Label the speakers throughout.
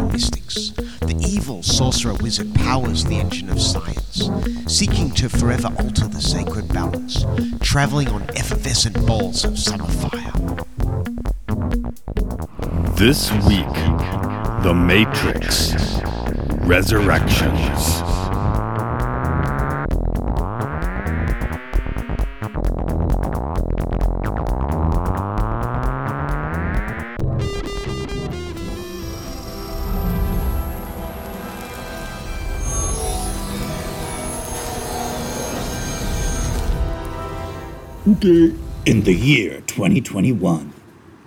Speaker 1: of mystics, the evil sorcerer wizard powers the engine of science, seeking to forever alter the sacred balance, traveling on effervescent balls of summer fire.
Speaker 2: This week, The Matrix Resurrections.
Speaker 3: In the year 2021,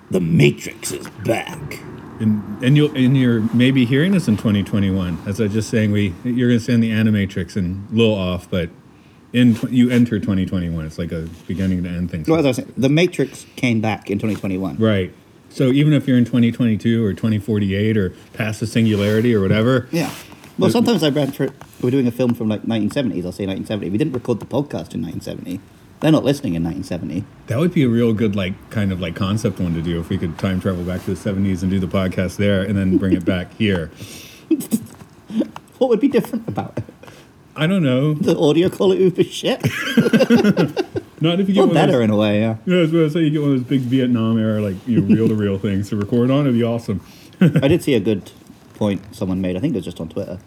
Speaker 3: The Matrix is back.
Speaker 4: And, and you'll and you're maybe hearing this in 2021. As I was just saying, we you're gonna say in the Animatrix and a little off, but in tw- you enter 2021. It's like a beginning to end thing.
Speaker 5: Well, as I was saying, The Matrix came back in 2021.
Speaker 4: right. So even if you're in 2022 or 2048 or past the singularity or whatever,
Speaker 5: Yeah. Well, sometimes I read for we're doing a film from like 1970s. I'll say 1970. We didn't record the podcast in 1970. They're not listening in 1970.
Speaker 4: that would be a real good like kind of like concept one to do if we could time travel back to the 70s and do the podcast there and then bring it back here.
Speaker 5: What would be different about it?
Speaker 4: I don't know.
Speaker 5: The audio quality would be shit.
Speaker 4: Not if you get
Speaker 5: Or
Speaker 4: one of those-
Speaker 5: better in a way. Yeah.
Speaker 4: Yeah, that's what I say. You get one of those big Vietnam era, like you know, reel to reel things to record on. It'd be awesome.
Speaker 5: I did see a good point someone made. I think it was just on Twitter,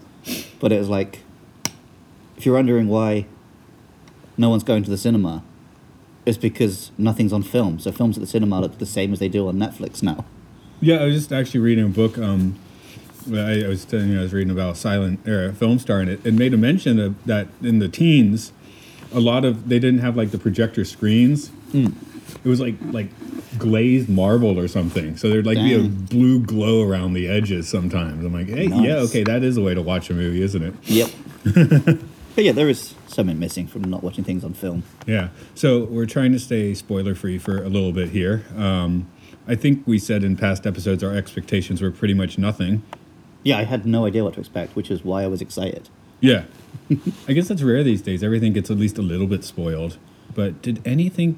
Speaker 5: but it was like, if you're wondering why no one's going to the cinema, it's because nothing's on film. So films at the cinema look the same as they do on Netflix now.
Speaker 4: Yeah, I was just actually reading a book. Um, well, I, I was telling you I was reading about silent era film star, and it, it made a mention of that in the teens, a lot of they didn't have like the projector screens.
Speaker 5: Hmm.
Speaker 4: It was like like glazed marble or something. So there'd like be a
Speaker 5: Dang.
Speaker 4: blue glow around the edges sometimes. I'm like, hey, yeah,
Speaker 5: Nice.
Speaker 4: okay, that is a way to watch a movie, isn't it?
Speaker 5: Yep. but yeah, there is something missing from not watching things on film.
Speaker 4: Yeah. So we're trying to stay spoiler free for a little bit here. Um, I think we said in past episodes our expectations were pretty much nothing.
Speaker 5: Yeah, I had no idea what to expect, which is why I was excited.
Speaker 4: Yeah. I guess that's rare these days. Everything gets at least a little bit spoiled. But did anything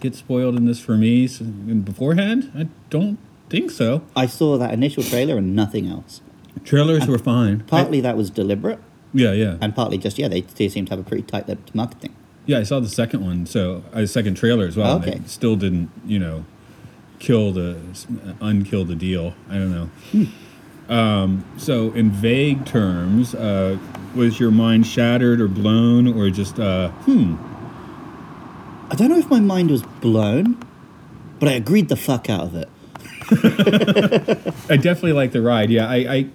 Speaker 4: get spoiled in this for me s- beforehand? I don't think so.
Speaker 5: I saw that initial trailer and nothing else.
Speaker 4: Trailers were fine.
Speaker 5: Partly that was deliberate,
Speaker 4: yeah, yeah.
Speaker 5: and partly just, yeah, they, they seem to have a pretty tight lipped marketing.
Speaker 4: Yeah, I saw the second one, so a second trailer as well.
Speaker 5: Okay.
Speaker 4: And it still didn't, you know, kill the unkill the deal. I don't know. Um, so, in vague terms, uh, was your mind shattered or blown, or just uh, hmm?
Speaker 5: I don't know if my mind was blown, but I agreed the fuck out of it.
Speaker 4: I definitely like the ride. Yeah, I, I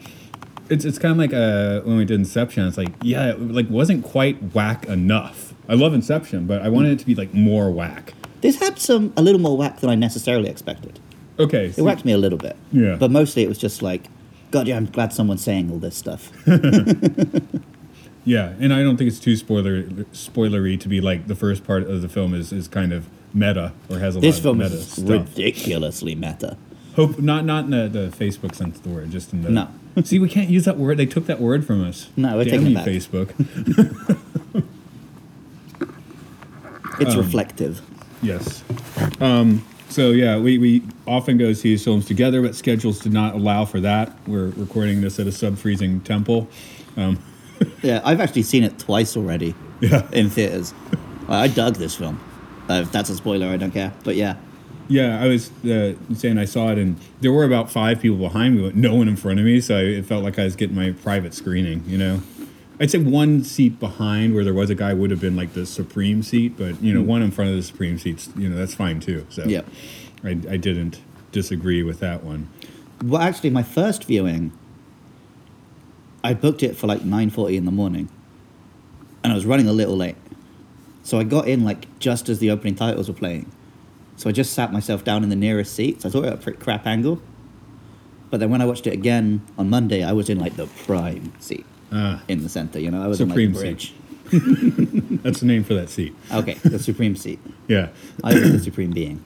Speaker 4: it's it's kind of like uh, when we did Inception. It's like yeah, it, like wasn't quite whack enough. I love Inception, but I wanted it to be like more whack.
Speaker 5: This had some a little more whack than I necessarily expected.
Speaker 4: Okay,
Speaker 5: It
Speaker 4: so-
Speaker 5: whacked me a little bit.
Speaker 4: Yeah.
Speaker 5: But mostly it was just like, God, yeah, I'm glad someone's saying all this stuff.
Speaker 4: Yeah, and I don't think it's too spoiler spoilery to be like the first part of the film is, is kind of meta or has a
Speaker 5: this
Speaker 4: lot of
Speaker 5: film
Speaker 4: meta
Speaker 5: is
Speaker 4: stuff.
Speaker 5: ridiculously meta.
Speaker 4: Hope not not in the, the Facebook sense of the word, just in the
Speaker 5: No.
Speaker 4: See, we can't use that word. They took that word from us.
Speaker 5: No, we're
Speaker 4: Damn
Speaker 5: taking
Speaker 4: you,
Speaker 5: it back.
Speaker 4: Facebook. Um,
Speaker 5: It's reflective.
Speaker 4: yes. Um, so yeah, we, we often go see these films together, but schedules did not allow for that. We're recording this at a sub freezing temple.
Speaker 5: Yeah, I've actually seen it twice already.
Speaker 4: Yeah.
Speaker 5: In theaters, I, I dug this film. Uh, if that's a spoiler, I don't care. But yeah,
Speaker 4: Yeah, I was uh, saying I saw it, and there were about five people behind me, but no one in front of me. So I, it felt like I was getting my private screening. You know, I'd say one seat behind where there was a guy would have been like the supreme seat, but you know, one in front of the supreme seats, you know, that's fine too. So
Speaker 5: Yeah.
Speaker 4: I, I didn't disagree with that one.
Speaker 5: well, actually, my first viewing, I booked it for like nine forty in the morning, and I was running a little late, so I got in like just as the opening titles were playing. So I just sat myself down in the nearest seat. So I thought it at a pretty crap angle, But then when I watched it again on Monday, I was in like the prime seat
Speaker 4: Ah.
Speaker 5: in the center. You know, I was in
Speaker 4: Supreme
Speaker 5: like the
Speaker 4: seat.
Speaker 5: bridge.
Speaker 4: That's the name for that seat.
Speaker 5: Okay, the supreme seat.
Speaker 4: Yeah.
Speaker 5: I was the supreme being.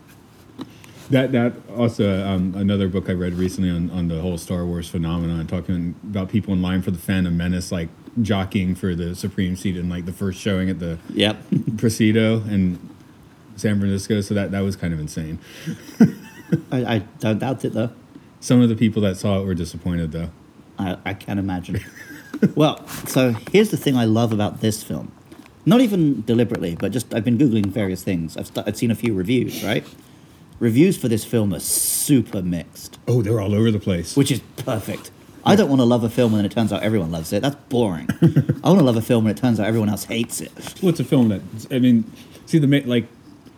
Speaker 4: That that also um, another book I read recently on, on the whole Star Wars phenomenon, talking about people in line for the Phantom Menace, like jockeying for the supreme seat in like the first showing at the
Speaker 5: Yep.
Speaker 4: Presidio in San Francisco. So that that was kind of insane.
Speaker 5: I, I don't doubt it though.
Speaker 4: Some of the people that saw it were disappointed though.
Speaker 5: I, I can imagine. well, so here's the thing I love about this film. Not even deliberately, but just I've been Googling various things. I've, st- I've seen a few reviews, right? Reviews for this film are super mixed,
Speaker 4: Oh, they were all over the place.
Speaker 5: which is perfect. I don't want to love a film and then it turns out everyone loves it. That's boring. I want to love a film and it turns out everyone else hates it.
Speaker 4: Well, it's a film that I mean, see the ma- like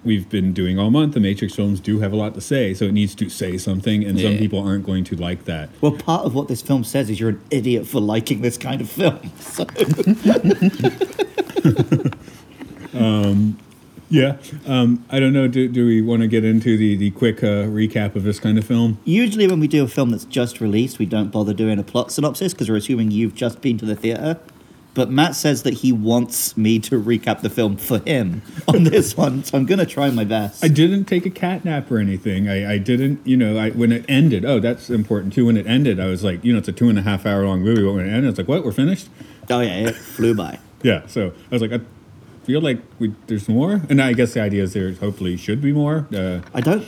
Speaker 4: we've been doing all month. The Matrix films do have a lot to say, so it needs to say something, and some
Speaker 5: Yeah.
Speaker 4: people aren't going to like that.
Speaker 5: Well, part of what this film says is you're an idiot for liking this kind of film. So,
Speaker 4: Yeah, um, I don't know. Do, do we want to get into the the quick uh, recap of this kind of film?
Speaker 5: usually, when we do a film that's just released, we don't bother doing a plot synopsis because we're assuming you've just been to the theater. But Matt says that he wants me to recap the film for him on this one, so I'm going to try my best.
Speaker 4: I didn't take a cat nap or anything. I, I didn't, you know, I, when it ended. Oh, that's important too. When it ended, I was like, you know, it's a two and a half hour long movie. But when it ended, it's like, what? We're finished.
Speaker 5: oh yeah, it flew by.
Speaker 4: Yeah. So I was like, I feel like we, there's more. And I guess the idea is there hopefully should be more. Uh,
Speaker 5: I don't,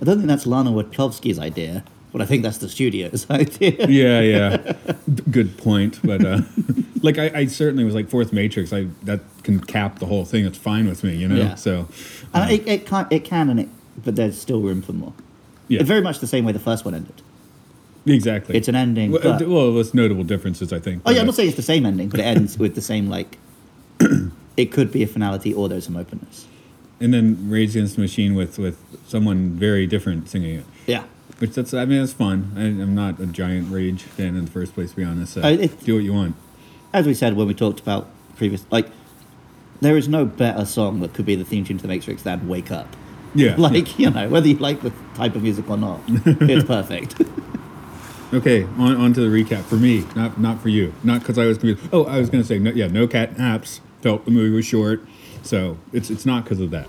Speaker 5: I don't think that's Lana Wachowski's idea, but I think that's the studio's idea.
Speaker 4: yeah, yeah. B- Good point. But uh, like, I, I certainly was like fourth Matrix. I that can cap the whole thing. It's fine with me, you know.
Speaker 5: Yeah.
Speaker 4: So
Speaker 5: And it, it can, it can, and it, but there's still room for more.
Speaker 4: yeah,
Speaker 5: Very much the same way the first one ended.
Speaker 4: exactly.
Speaker 5: It's an ending.
Speaker 4: well,
Speaker 5: but-
Speaker 4: uh, well, there's notable differences, I think.
Speaker 5: Oh yeah, I'm not
Speaker 4: but-
Speaker 5: saying it's the same ending, but it ends with the same like. it could be a finality, or there's some openness.
Speaker 4: and then Rage Against the Machine with with someone very different singing it.
Speaker 5: Yeah,
Speaker 4: Which that's I mean that's fun. I, I'm not a giant Rage fan in the first place, to be honest. So
Speaker 5: Uh, it-
Speaker 4: do what you want.
Speaker 5: as we said when we talked about previous, like there is no better song that could be the theme tune to The Matrix than "Wake Up."
Speaker 4: Yeah.
Speaker 5: Like you know, whether you like the type of music or not, it's perfect.
Speaker 4: Okay, on, on to the recap for me, not not for you, not because I was confused. Oh, I was gonna say, no, yeah, no cat naps. Felt the movie was short, so it's it's not because of that.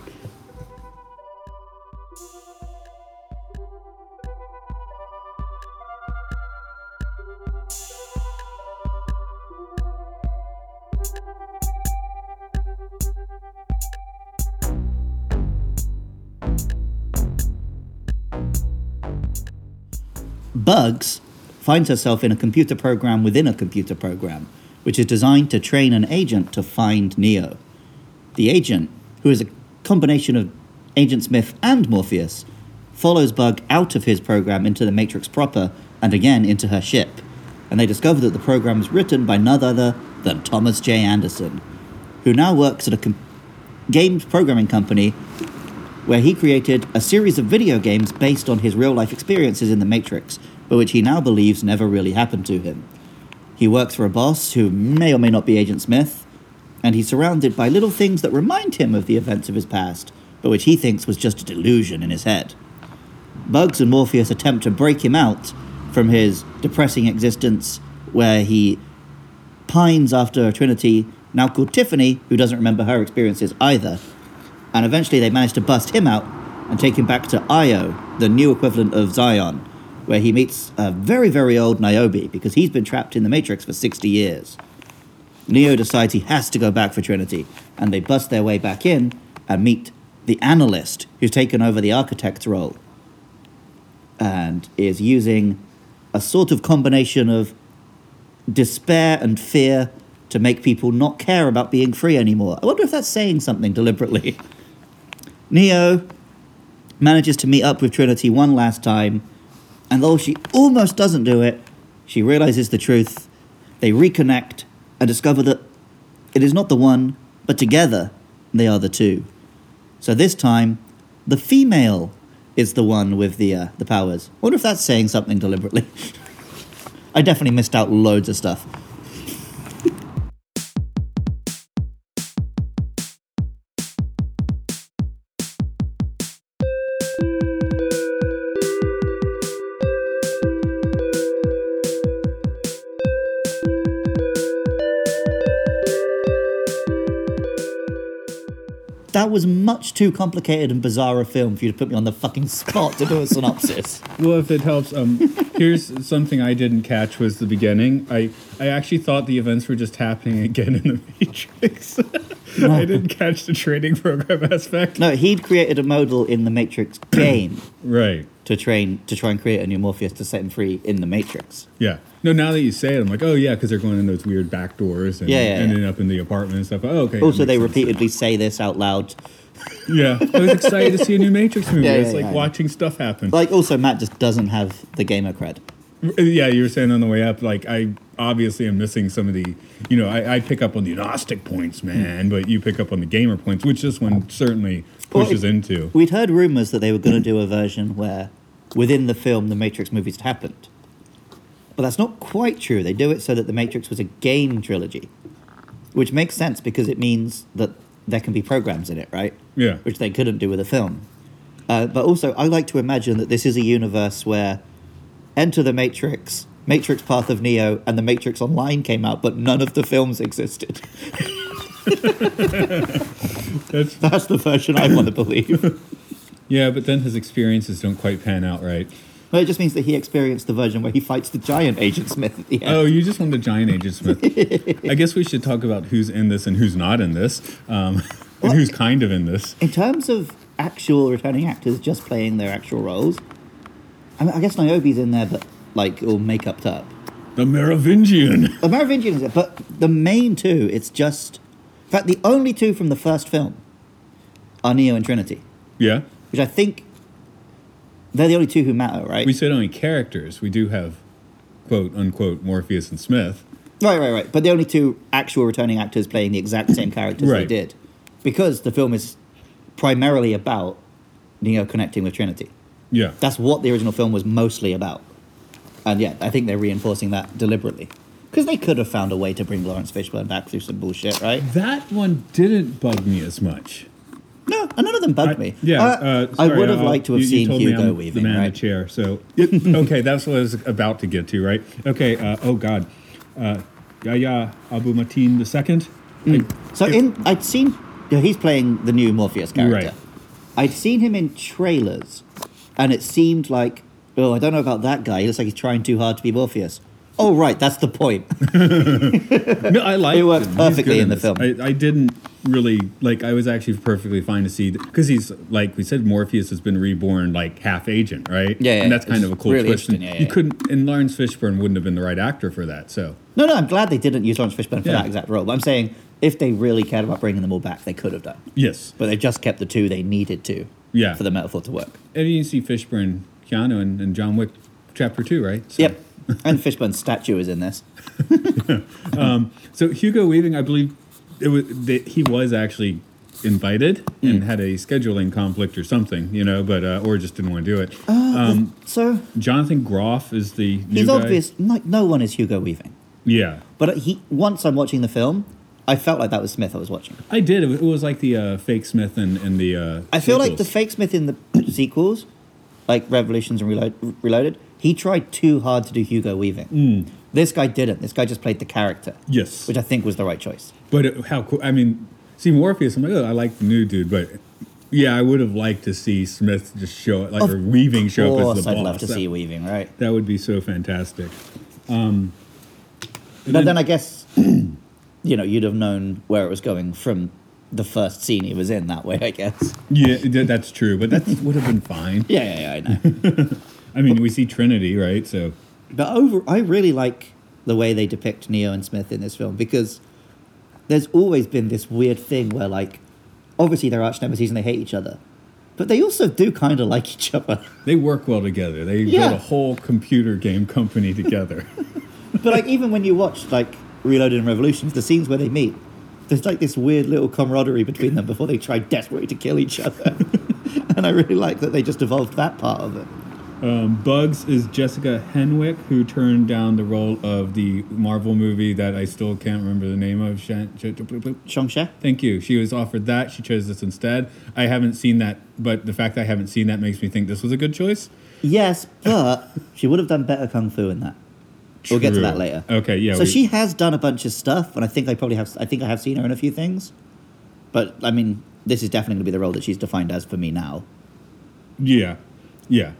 Speaker 5: Bugs finds herself in a computer program within a computer program, which is designed to train an agent to find Neo. The agent, who is a combination of Agent Smith and Morpheus, follows Bug out of his program into the Matrix proper and again into her ship. And they discover that the program is written by none other than Thomas J. Anderson, who now works at a com- games programming company where he created a series of video games based on his real life experiences in the Matrix, but which he now believes never really happened to him. He works for a boss who may or may not be Agent Smith, and he's surrounded by little things that remind him of the events of his past, but which he thinks was just a delusion in his head. Bugs and Morpheus attempt to break him out from his depressing existence where he pines after Trinity, now called Tiffany, who doesn't remember her experiences either, and eventually they manage to bust him out and take him back to Io, the new equivalent of Zion, where he meets a very, very old Niobe because he's been trapped in the Matrix for 60 years. Neo decides he has to go back for Trinity, and they bust their way back in and meet the analyst who's taken over the architect's role and is using a sort of combination of despair and fear to make people not care about being free anymore. I wonder if that's saying something deliberately. Neo manages to meet up with Trinity one last time, and though she almost doesn't do it, she realizes the truth. They reconnect and discover that it is not the one, but together they are the two. So this time, the female is the one with the uh, the powers. I wonder if that's saying something deliberately. I definitely missed out loads of stuff. That was much too complicated and bizarre a film for you to put me on the fucking spot to do a synopsis.
Speaker 4: Well, if it helps, um, here's something I didn't catch was the beginning. I, I actually thought the events were just happening again in the Matrix. I didn't catch the training program aspect.
Speaker 5: No, he'd created a model in the Matrix game
Speaker 4: Right.
Speaker 5: to train to try and create a new Morpheus to set him free in the Matrix.
Speaker 4: Yeah. No, now that you say it, I'm like, oh yeah, because they're going in those weird back doors and
Speaker 5: Yeah, yeah,
Speaker 4: ending
Speaker 5: yeah.
Speaker 4: up in the apartment and stuff. Oh, okay. that
Speaker 5: Also,
Speaker 4: makes
Speaker 5: they
Speaker 4: sense.
Speaker 5: repeatedly say this out loud.
Speaker 4: Yeah, I was excited to see a new Matrix movie.
Speaker 5: Yeah,
Speaker 4: it's
Speaker 5: yeah,
Speaker 4: like
Speaker 5: yeah.
Speaker 4: watching stuff happen.
Speaker 5: Like, also, Matt just doesn't have the gamer cred.
Speaker 4: yeah, you were saying on the way up, like I obviously am missing some of the, you know, I, I pick up on the agnostic points, man, but you pick up on the gamer points, which this one certainly
Speaker 5: Well,
Speaker 4: pushes
Speaker 5: it-
Speaker 4: into.
Speaker 5: We'd heard rumors that they were going to do a version where within the film the Matrix movies had happened. But that's not quite true. They do it so that the Matrix was a game trilogy, which makes sense because it means that there can be programs in it, right?
Speaker 4: Yeah.
Speaker 5: Which they couldn't do with a film. Uh, but also, I like to imagine that this is a universe where Enter the Matrix, Matrix Path of Neo, and The Matrix Online came out, but none of the films existed.
Speaker 4: That's,
Speaker 5: That's the version I want to believe.
Speaker 4: yeah, but then his experiences don't quite pan out right.
Speaker 5: No, it just means that he experienced the version where he fights the giant Agent Smith at the end.
Speaker 4: Oh, you just wanted a giant Agent Smith. I guess we should talk about who's in this and who's not in this, um, and who's kind of in this.
Speaker 5: In terms of actual returning actors just playing their actual roles, I, mean, I guess Niobe's in there, but like all makeup up.
Speaker 4: The Merovingian.
Speaker 5: The Merovingian is it, but the main two, it's just. In fact, the only two from the first film are Neo and Trinity,
Speaker 4: Yeah,
Speaker 5: which I think they're the only two who matter, right?
Speaker 4: we said only characters. We do have quote unquote Morpheus and Smith.
Speaker 5: Right, right, right. But the only two actual returning actors playing the exact same characters
Speaker 4: Right.
Speaker 5: they did. Because the film is primarily about Neo connecting with Trinity.
Speaker 4: Yeah.
Speaker 5: That's what the original film was mostly about. And yeah, I think they're reinforcing that deliberately. Because they could have found a way to bring Lawrence Fishburne back through some bullshit, right?
Speaker 4: That one didn't bug me as much.
Speaker 5: No, and none of them bugged me.
Speaker 4: Yeah,
Speaker 5: I,
Speaker 4: uh,
Speaker 5: I
Speaker 4: sorry,
Speaker 5: would have
Speaker 4: I'll-
Speaker 5: liked to have
Speaker 4: you- you
Speaker 5: seen
Speaker 4: told me
Speaker 5: Hugo
Speaker 4: I'm
Speaker 5: Weaving,
Speaker 4: The man in
Speaker 5: right?
Speaker 4: the chair. So okay, that's what I was about to get to, right? Okay. Uh, oh God, uh, Yahya Abu Mateen the second.
Speaker 5: So in I'd seen yeah, he's playing the new Morpheus character.
Speaker 4: Right.
Speaker 5: I'd seen him in trailers, and it seemed like oh I don't know about that guy. He looks like he's trying too hard to be Morpheus. Oh right, that's the point.
Speaker 4: No, I like.
Speaker 5: It Uh, worked perfectly in the film.
Speaker 4: I, I didn't really like. I was actually perfectly fine to see because he's like we said, Morpheus has been reborn like half agent, right?
Speaker 5: Yeah, yeah,
Speaker 4: and that's kind
Speaker 5: it's
Speaker 4: of a cool
Speaker 5: really
Speaker 4: twist. And
Speaker 5: interesting, yeah,
Speaker 4: you
Speaker 5: yeah.
Speaker 4: couldn't, and Lawrence Fishburne wouldn't have been the right actor for that. So
Speaker 5: no, no, I'm glad they didn't use Lawrence Fishburne for
Speaker 4: Yeah.
Speaker 5: that exact role. But I'm saying if they really cared about bringing them all back, they could have done.
Speaker 4: yes,
Speaker 5: But they just kept the two they needed to.
Speaker 4: Yeah.
Speaker 5: For the metaphor to work.
Speaker 4: and you see Fishburne, Keanu, and, and John Wick, Chapter Two, right? So-
Speaker 5: Yep. and Fishburne's statue is in this.
Speaker 4: So Hugo Weaving, I believe it was that he was actually invited
Speaker 5: Hmm.
Speaker 4: and had a scheduling conflict or something, you know, but uh, or just didn't want to do it.
Speaker 5: So
Speaker 4: Jonathan Groff is the new
Speaker 5: Oh. he's
Speaker 4: guy.
Speaker 5: obvious. Like no one is Hugo Weaving.
Speaker 4: Yeah,
Speaker 5: But he once I'm watching the film, I felt like that was Smith I was watching.
Speaker 4: I did. It was, it was like the uh, fake Smith and, and the. Uh,
Speaker 5: I feel like the
Speaker 4: sequels.
Speaker 5: fake Smith in the sequels, like Revolutions and Reload, Reloaded, he tried too hard to do Hugo Weaving. This guy didn't. This guy just played the character.
Speaker 4: Yes.
Speaker 5: Which I think was the right choice.
Speaker 4: But it, how cool! I mean, see Morpheus. I'm like, oh, I like the new dude, but yeah, I would have liked to see Smith just show it, like or Weaving
Speaker 5: Of
Speaker 4: show up as
Speaker 5: course,
Speaker 4: the
Speaker 5: I'd
Speaker 4: boss.
Speaker 5: love to
Speaker 4: that,
Speaker 5: see Weaving, right?
Speaker 4: that would be so fantastic.
Speaker 5: But then, I guess, you know, you'd have known where it was going from the first scene he was in that way, I guess.
Speaker 4: Yeah, th- that's true. But that would have been fine.
Speaker 5: Yeah, yeah, yeah, I know.
Speaker 4: I mean, we see Trinity, right? So
Speaker 5: But over, I really like the way they depict Neo and Smith in this film because there's always been this weird thing where, like, obviously they're arch nemesis and they hate each other, but they also do kind of like each other.
Speaker 4: they work well together. They
Speaker 5: Yeah.
Speaker 4: built a whole computer game company together.
Speaker 5: but like, even when you watch like Reloaded and Revolutions, the scenes where they meet, there's like this weird little camaraderie between them before they try desperately to kill each other. and I really like that they just evolved that part of it.
Speaker 4: Bugs is Jessica Henwick, who turned down the role of the Marvel movie that I still can't remember the name of. Shan- Sh- blah, blah, blah.
Speaker 5: Shongsha?
Speaker 4: Thank you. She was offered that. She chose this instead. I haven't seen that, but the fact that I haven't seen that makes me think this was a good choice.
Speaker 5: Yes, but she would have done better kung fu in that. We'll get to
Speaker 4: True.
Speaker 5: that later.
Speaker 4: Okay, yeah.
Speaker 5: So
Speaker 4: we-
Speaker 5: she has done a bunch of stuff, and I think I probably have. I think I have seen her in a few things. But I mean, this is definitely going to be the role that she's defined as for me now.
Speaker 4: Yeah, yeah,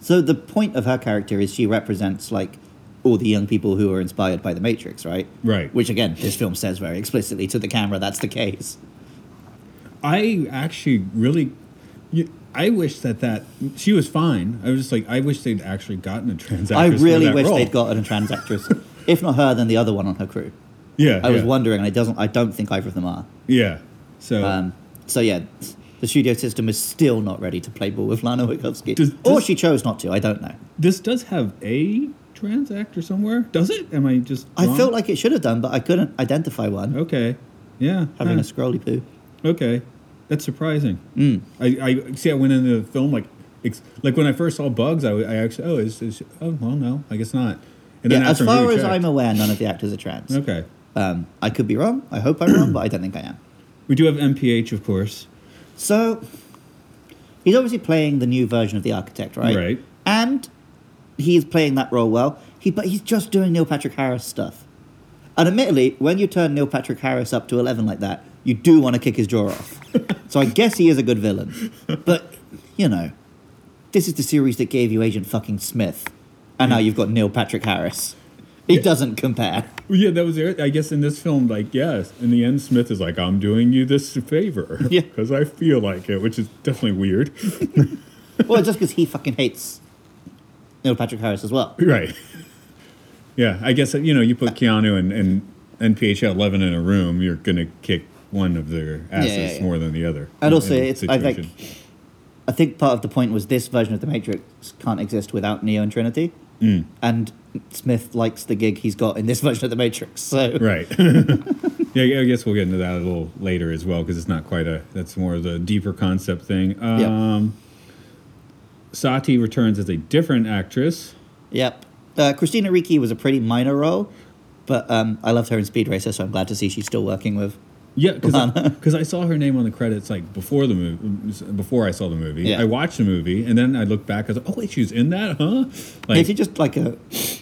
Speaker 5: So the point of her character is she represents like all the young people who are inspired by the Matrix, right?
Speaker 4: Right.
Speaker 5: Which again, this film says very explicitly to the camera that's the case.
Speaker 4: I actually really, you, I wish that that she was fine. I was just like, I wish they'd actually gotten a transaction.
Speaker 5: I really wish they'd gotten a trans actress, if not her, then the other one on her crew.
Speaker 4: Yeah,
Speaker 5: I was
Speaker 4: yeah,
Speaker 5: wondering, and it doesn't. I don't think either of them are.
Speaker 4: Yeah, so
Speaker 5: Um, so yeah, the studio system is still not ready to play ball with Lana Wachowski,
Speaker 4: Does-
Speaker 5: or
Speaker 4: does-
Speaker 5: she chose not to. I don't know.
Speaker 4: this does have a trans actor somewhere, does it? Am I just?
Speaker 5: I
Speaker 4: wrong?
Speaker 5: felt like it should have done, but I couldn't identify one.
Speaker 4: okay, yeah,
Speaker 5: Having
Speaker 4: huh.
Speaker 5: a scrolly poo.
Speaker 4: Okay, that's surprising. Mm. I, I see. I went into the film like, ex- like when I first saw Bugs, I, w- I actually oh is, is oh well no I guess not. And
Speaker 5: Yeah, as
Speaker 4: after I
Speaker 5: far as
Speaker 4: rechecked-
Speaker 5: I'm aware, none of the actors are trans.
Speaker 4: okay,
Speaker 5: Um, I could be wrong. I hope I'm wrong, but I don't think I am.
Speaker 4: we do have MPH of course.
Speaker 5: So he's obviously playing the new version of the architect, right?
Speaker 4: Right.
Speaker 5: And he is playing that role well. He but he's just doing Neil Patrick Harris stuff. And admittedly, when you turn Neil Patrick Harris up to eleven like that, you do want to kick his jaw off. so I guess he is a good villain. But you know, this is the series that gave you Agent fucking Smith, and now you've got Neil Patrick Harris. It doesn't compare.
Speaker 4: Well, Yeah, that was there. I guess in this film, like yes, in the end, Smith is like, "I'm doing you this favor,
Speaker 5: Yeah.
Speaker 4: because I feel like it," which is definitely weird,
Speaker 5: well, just because he fucking hates Neil Patrick Harris as well.
Speaker 4: right? Yeah, I guess you know, you put Keanu and, and NPH eleven in a room, you're gonna kick one of their asses
Speaker 5: yeah, yeah.
Speaker 4: more than the other.
Speaker 5: And also,
Speaker 4: in that
Speaker 5: it's, I think,
Speaker 4: situation.
Speaker 5: I think part of the point was this version of the Matrix can't exist without Neo and Trinity,
Speaker 4: Mm.
Speaker 5: and Smith likes the gig he's got in this version of the Matrix. So
Speaker 4: Right. yeah, I guess we'll get into that a little later as well because it's not quite a. That's more of the deeper concept thing.
Speaker 5: Yep.
Speaker 4: Um, Sati returns as a different actress.
Speaker 5: yep, uh, Christina Ricci was a pretty minor role, but um, I loved her in Speed Racer, so I'm glad to see she's still working with.
Speaker 4: Yeah, because I, saw her name on the credits like before the movie, before I saw the movie.
Speaker 5: Yeah.
Speaker 4: I watched the movie and then I looked back. I was like, oh wait, she's in that, huh?
Speaker 5: If
Speaker 4: Like,
Speaker 5: she's just like a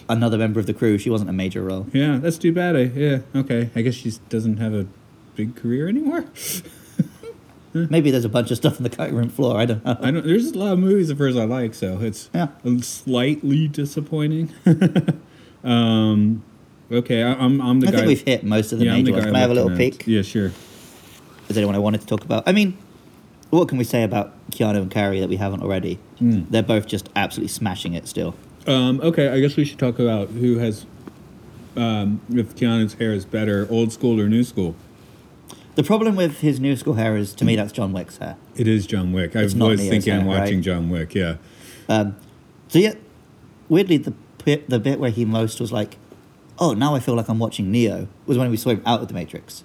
Speaker 5: another member of the crew, she wasn't a major role.
Speaker 4: yeah, that's too bad. I, yeah, okay. I guess she doesn't have a big career anymore.
Speaker 5: Maybe there's a bunch of stuff on the cutting room floor. I don't know.
Speaker 4: I don't. There's a lot of movies of hers I like, so it's
Speaker 5: Yeah.
Speaker 4: slightly disappointing. um, okay, I, I'm I'm the
Speaker 5: I
Speaker 4: guy.
Speaker 5: think we've hit most of the
Speaker 4: I'm
Speaker 5: major ones.
Speaker 4: guy
Speaker 5: Can I have a little
Speaker 4: looking at-
Speaker 5: peek?
Speaker 4: Yeah, sure.
Speaker 5: Is anyone I wanted to talk about? I mean, what can we say about Keanu and Carrie that we haven't already? They're both just absolutely smashing it still.
Speaker 4: Um, okay, I guess we should talk about who has um, if Keanu's hair is better, old school or new school.
Speaker 5: The problem with his new school hair is, to me, that's John Wick's hair.
Speaker 4: It is John Wick. I was
Speaker 5: not
Speaker 4: always
Speaker 5: Neo's
Speaker 4: thinking I'm
Speaker 5: hair, right?
Speaker 4: watching John Wick. Yeah,
Speaker 5: So yeah, weirdly, the bit, the bit where he most was like, "Oh, now I feel like I'm watching Neo," was when we saw him out of the Matrix.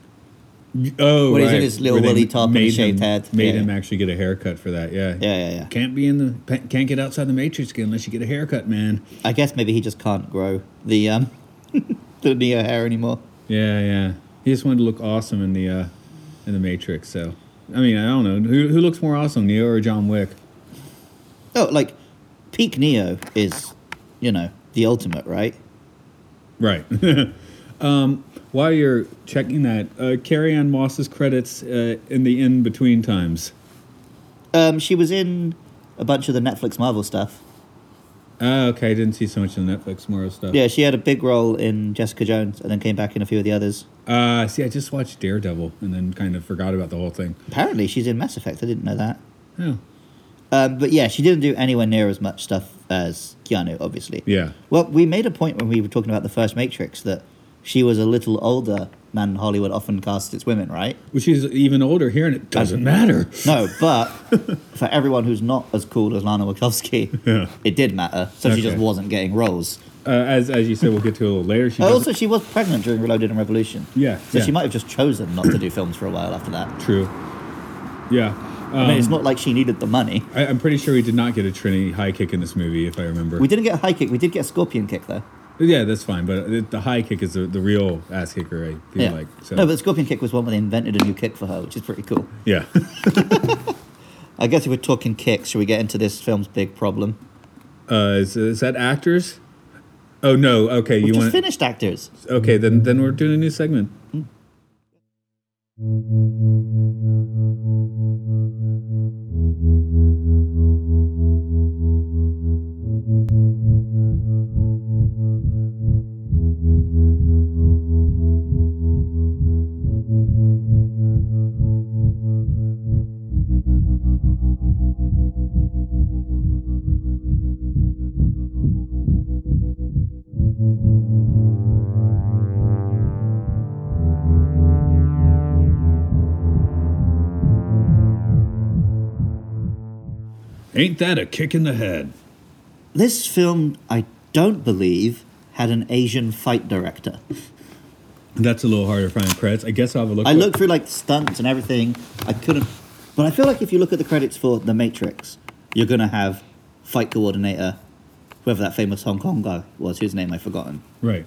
Speaker 4: Oh,
Speaker 5: When
Speaker 4: right.
Speaker 5: he's in his little
Speaker 4: Where they
Speaker 5: woolly top and
Speaker 4: made
Speaker 5: his shaved
Speaker 4: him-
Speaker 5: head.
Speaker 4: Made
Speaker 5: Yeah.
Speaker 4: him actually get a haircut for that. Yeah.
Speaker 5: Yeah, yeah, yeah.
Speaker 4: Can't be in the pa- can't get outside the matrix again unless you get a haircut, man.
Speaker 5: I guess maybe he just can't grow the um, the Neo hair anymore.
Speaker 4: Yeah, yeah. He just wanted to look awesome in the uh, in the matrix. So, I mean, I don't know who who looks more awesome, Neo or John Wick.
Speaker 5: Oh, like peak Neo is, you know, the ultimate, right?
Speaker 4: Right. um, while you're checking that, uh, Carrie Ann Moss's credits uh, in the in between times.
Speaker 5: Um, she was in a bunch of the Netflix Marvel stuff.
Speaker 4: Ah, okay. I didn't see so much of the Netflix Morrow stuff.
Speaker 5: Yeah, she had a big role in Jessica Jones and then came back in a few of the others.
Speaker 4: Uh, see, I just watched Daredevil and then kind of forgot about the whole thing.
Speaker 5: Apparently, she's in Mass Effect. I didn't know that.
Speaker 4: Oh.
Speaker 5: Um, but yeah, she didn't do anywhere near as much stuff as Keanu, obviously.
Speaker 4: Yeah.
Speaker 5: Well, we made a point when we were talking about the first Matrix that she was a little older than Hollywood often casts its women, right?
Speaker 4: Which is even older here, and it doesn't matter.
Speaker 5: No, but for everyone who's not as cool as Lana Wachowski, it did matter. So she just
Speaker 4: Okay.
Speaker 5: wasn't getting roles.
Speaker 4: Uh, as as you said, we'll get to a little later. She
Speaker 5: Uh,
Speaker 4: doesn't-
Speaker 5: also, she was pregnant during Reloaded and Revolution.
Speaker 4: Yeah,
Speaker 5: So
Speaker 4: yeah.
Speaker 5: she might have just chosen not to do films for a while after that.
Speaker 4: True. Yeah.
Speaker 5: I mean,
Speaker 4: Um,
Speaker 5: it's not like she needed the money.
Speaker 4: I, I'm pretty sure we did not get a Trinity high kick in this movie, if I remember.
Speaker 5: We didn't get a high kick. We did get a scorpion kick, though.
Speaker 4: yeah, that's fine. But it, the high kick is the, the real ass kicker, I feel
Speaker 5: Yeah.
Speaker 4: like. So.
Speaker 5: No, but the scorpion kick was one where they invented a new kick for her, which is pretty cool.
Speaker 4: yeah.
Speaker 5: I guess if we're talking kicks, should we get into this film's big problem?
Speaker 4: uh, is, is that actors? Oh, no. Okay.
Speaker 5: We
Speaker 4: You
Speaker 5: just
Speaker 4: want
Speaker 5: finished actors.
Speaker 4: Okay, then, then we're doing a new segment. Ain't that a kick in the head?
Speaker 5: This film, I don't believe, had an Asian fight director.
Speaker 4: That's a little harder to find credits. I guess I'll have a look.
Speaker 5: I
Speaker 4: up-
Speaker 5: looked through like stunts and everything. I couldn't, but I feel like if you look at the credits for The Matrix, you're gonna have fight coordinator, whoever that famous Hong Kong guy was, whose name I've forgotten.
Speaker 4: Right.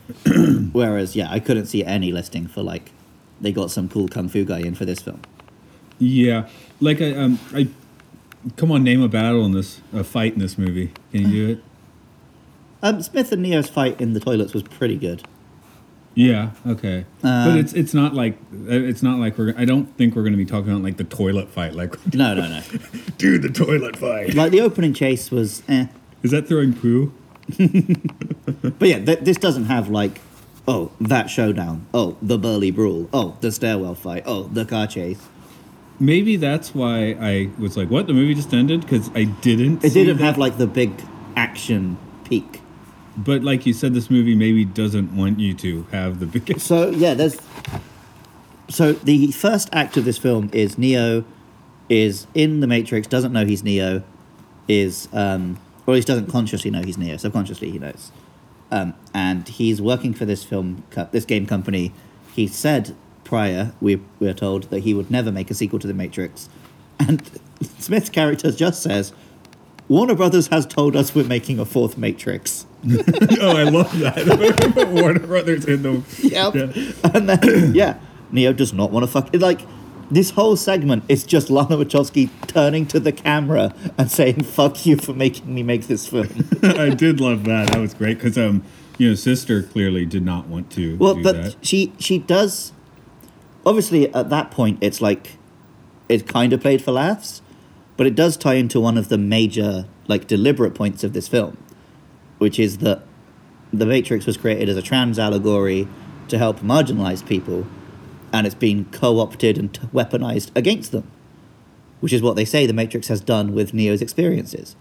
Speaker 5: Whereas, yeah, I couldn't see any listing for like they got some cool kung fu guy in for this film.
Speaker 4: Yeah. Like I um I come on name a battle in this a fight in this movie. Can you do it?
Speaker 5: Um, Smith and Neo's fight in the toilets was pretty good.
Speaker 4: Yeah. Okay.
Speaker 5: Um,
Speaker 4: but it's it's not like uh, it's not like we're I don't think we're gonna be talking about like the toilet fight. Like
Speaker 5: No, no, no.
Speaker 4: dude, the toilet fight.
Speaker 5: like the opening chase was, eh.
Speaker 4: Is that throwing poo?
Speaker 5: but yeah, th- this doesn't have like, oh, that showdown, oh, the burly brawl, oh, the stairwell fight, oh, the car chase.
Speaker 4: Maybe that's why I was like, "What? The movie just ended?" Because I didn't.
Speaker 5: It
Speaker 4: see
Speaker 5: didn't
Speaker 4: that.
Speaker 5: have like the big action peak.
Speaker 4: But like you said, this movie maybe doesn't want you to have the biggest.
Speaker 5: So yeah, there's. So the first act of this film is Neo, is in the Matrix, doesn't know he's Neo, is um, or at least doesn't consciously know he's Neo. Subconsciously he knows, um, and he's working for this film, co- this game company. He said prior, we we are told that he would never make a sequel to the Matrix, and Smith's character just says, "Warner Brothers has told us we're making a fourth Matrix."
Speaker 4: oh, I love that. Warner Brothers in the.
Speaker 5: yep. And then, yeah, Neo does not want to fuck. Like, this whole segment is just Lana Wachowski turning to the camera and saying, fuck you for making me make this film.
Speaker 4: I did love that. That was great because um, you know, sister clearly did not want to
Speaker 5: well,
Speaker 4: do
Speaker 5: but
Speaker 4: that.
Speaker 5: she she does. Obviously, at that point, it's like it's kind of played for laughs, but it does tie into one of the major, like, deliberate points of this film, which is that the Matrix was created as a trans allegory to help marginalized people, and it's been co opted and t- weaponized against them, which is what they say the Matrix has done with Neo's experiences.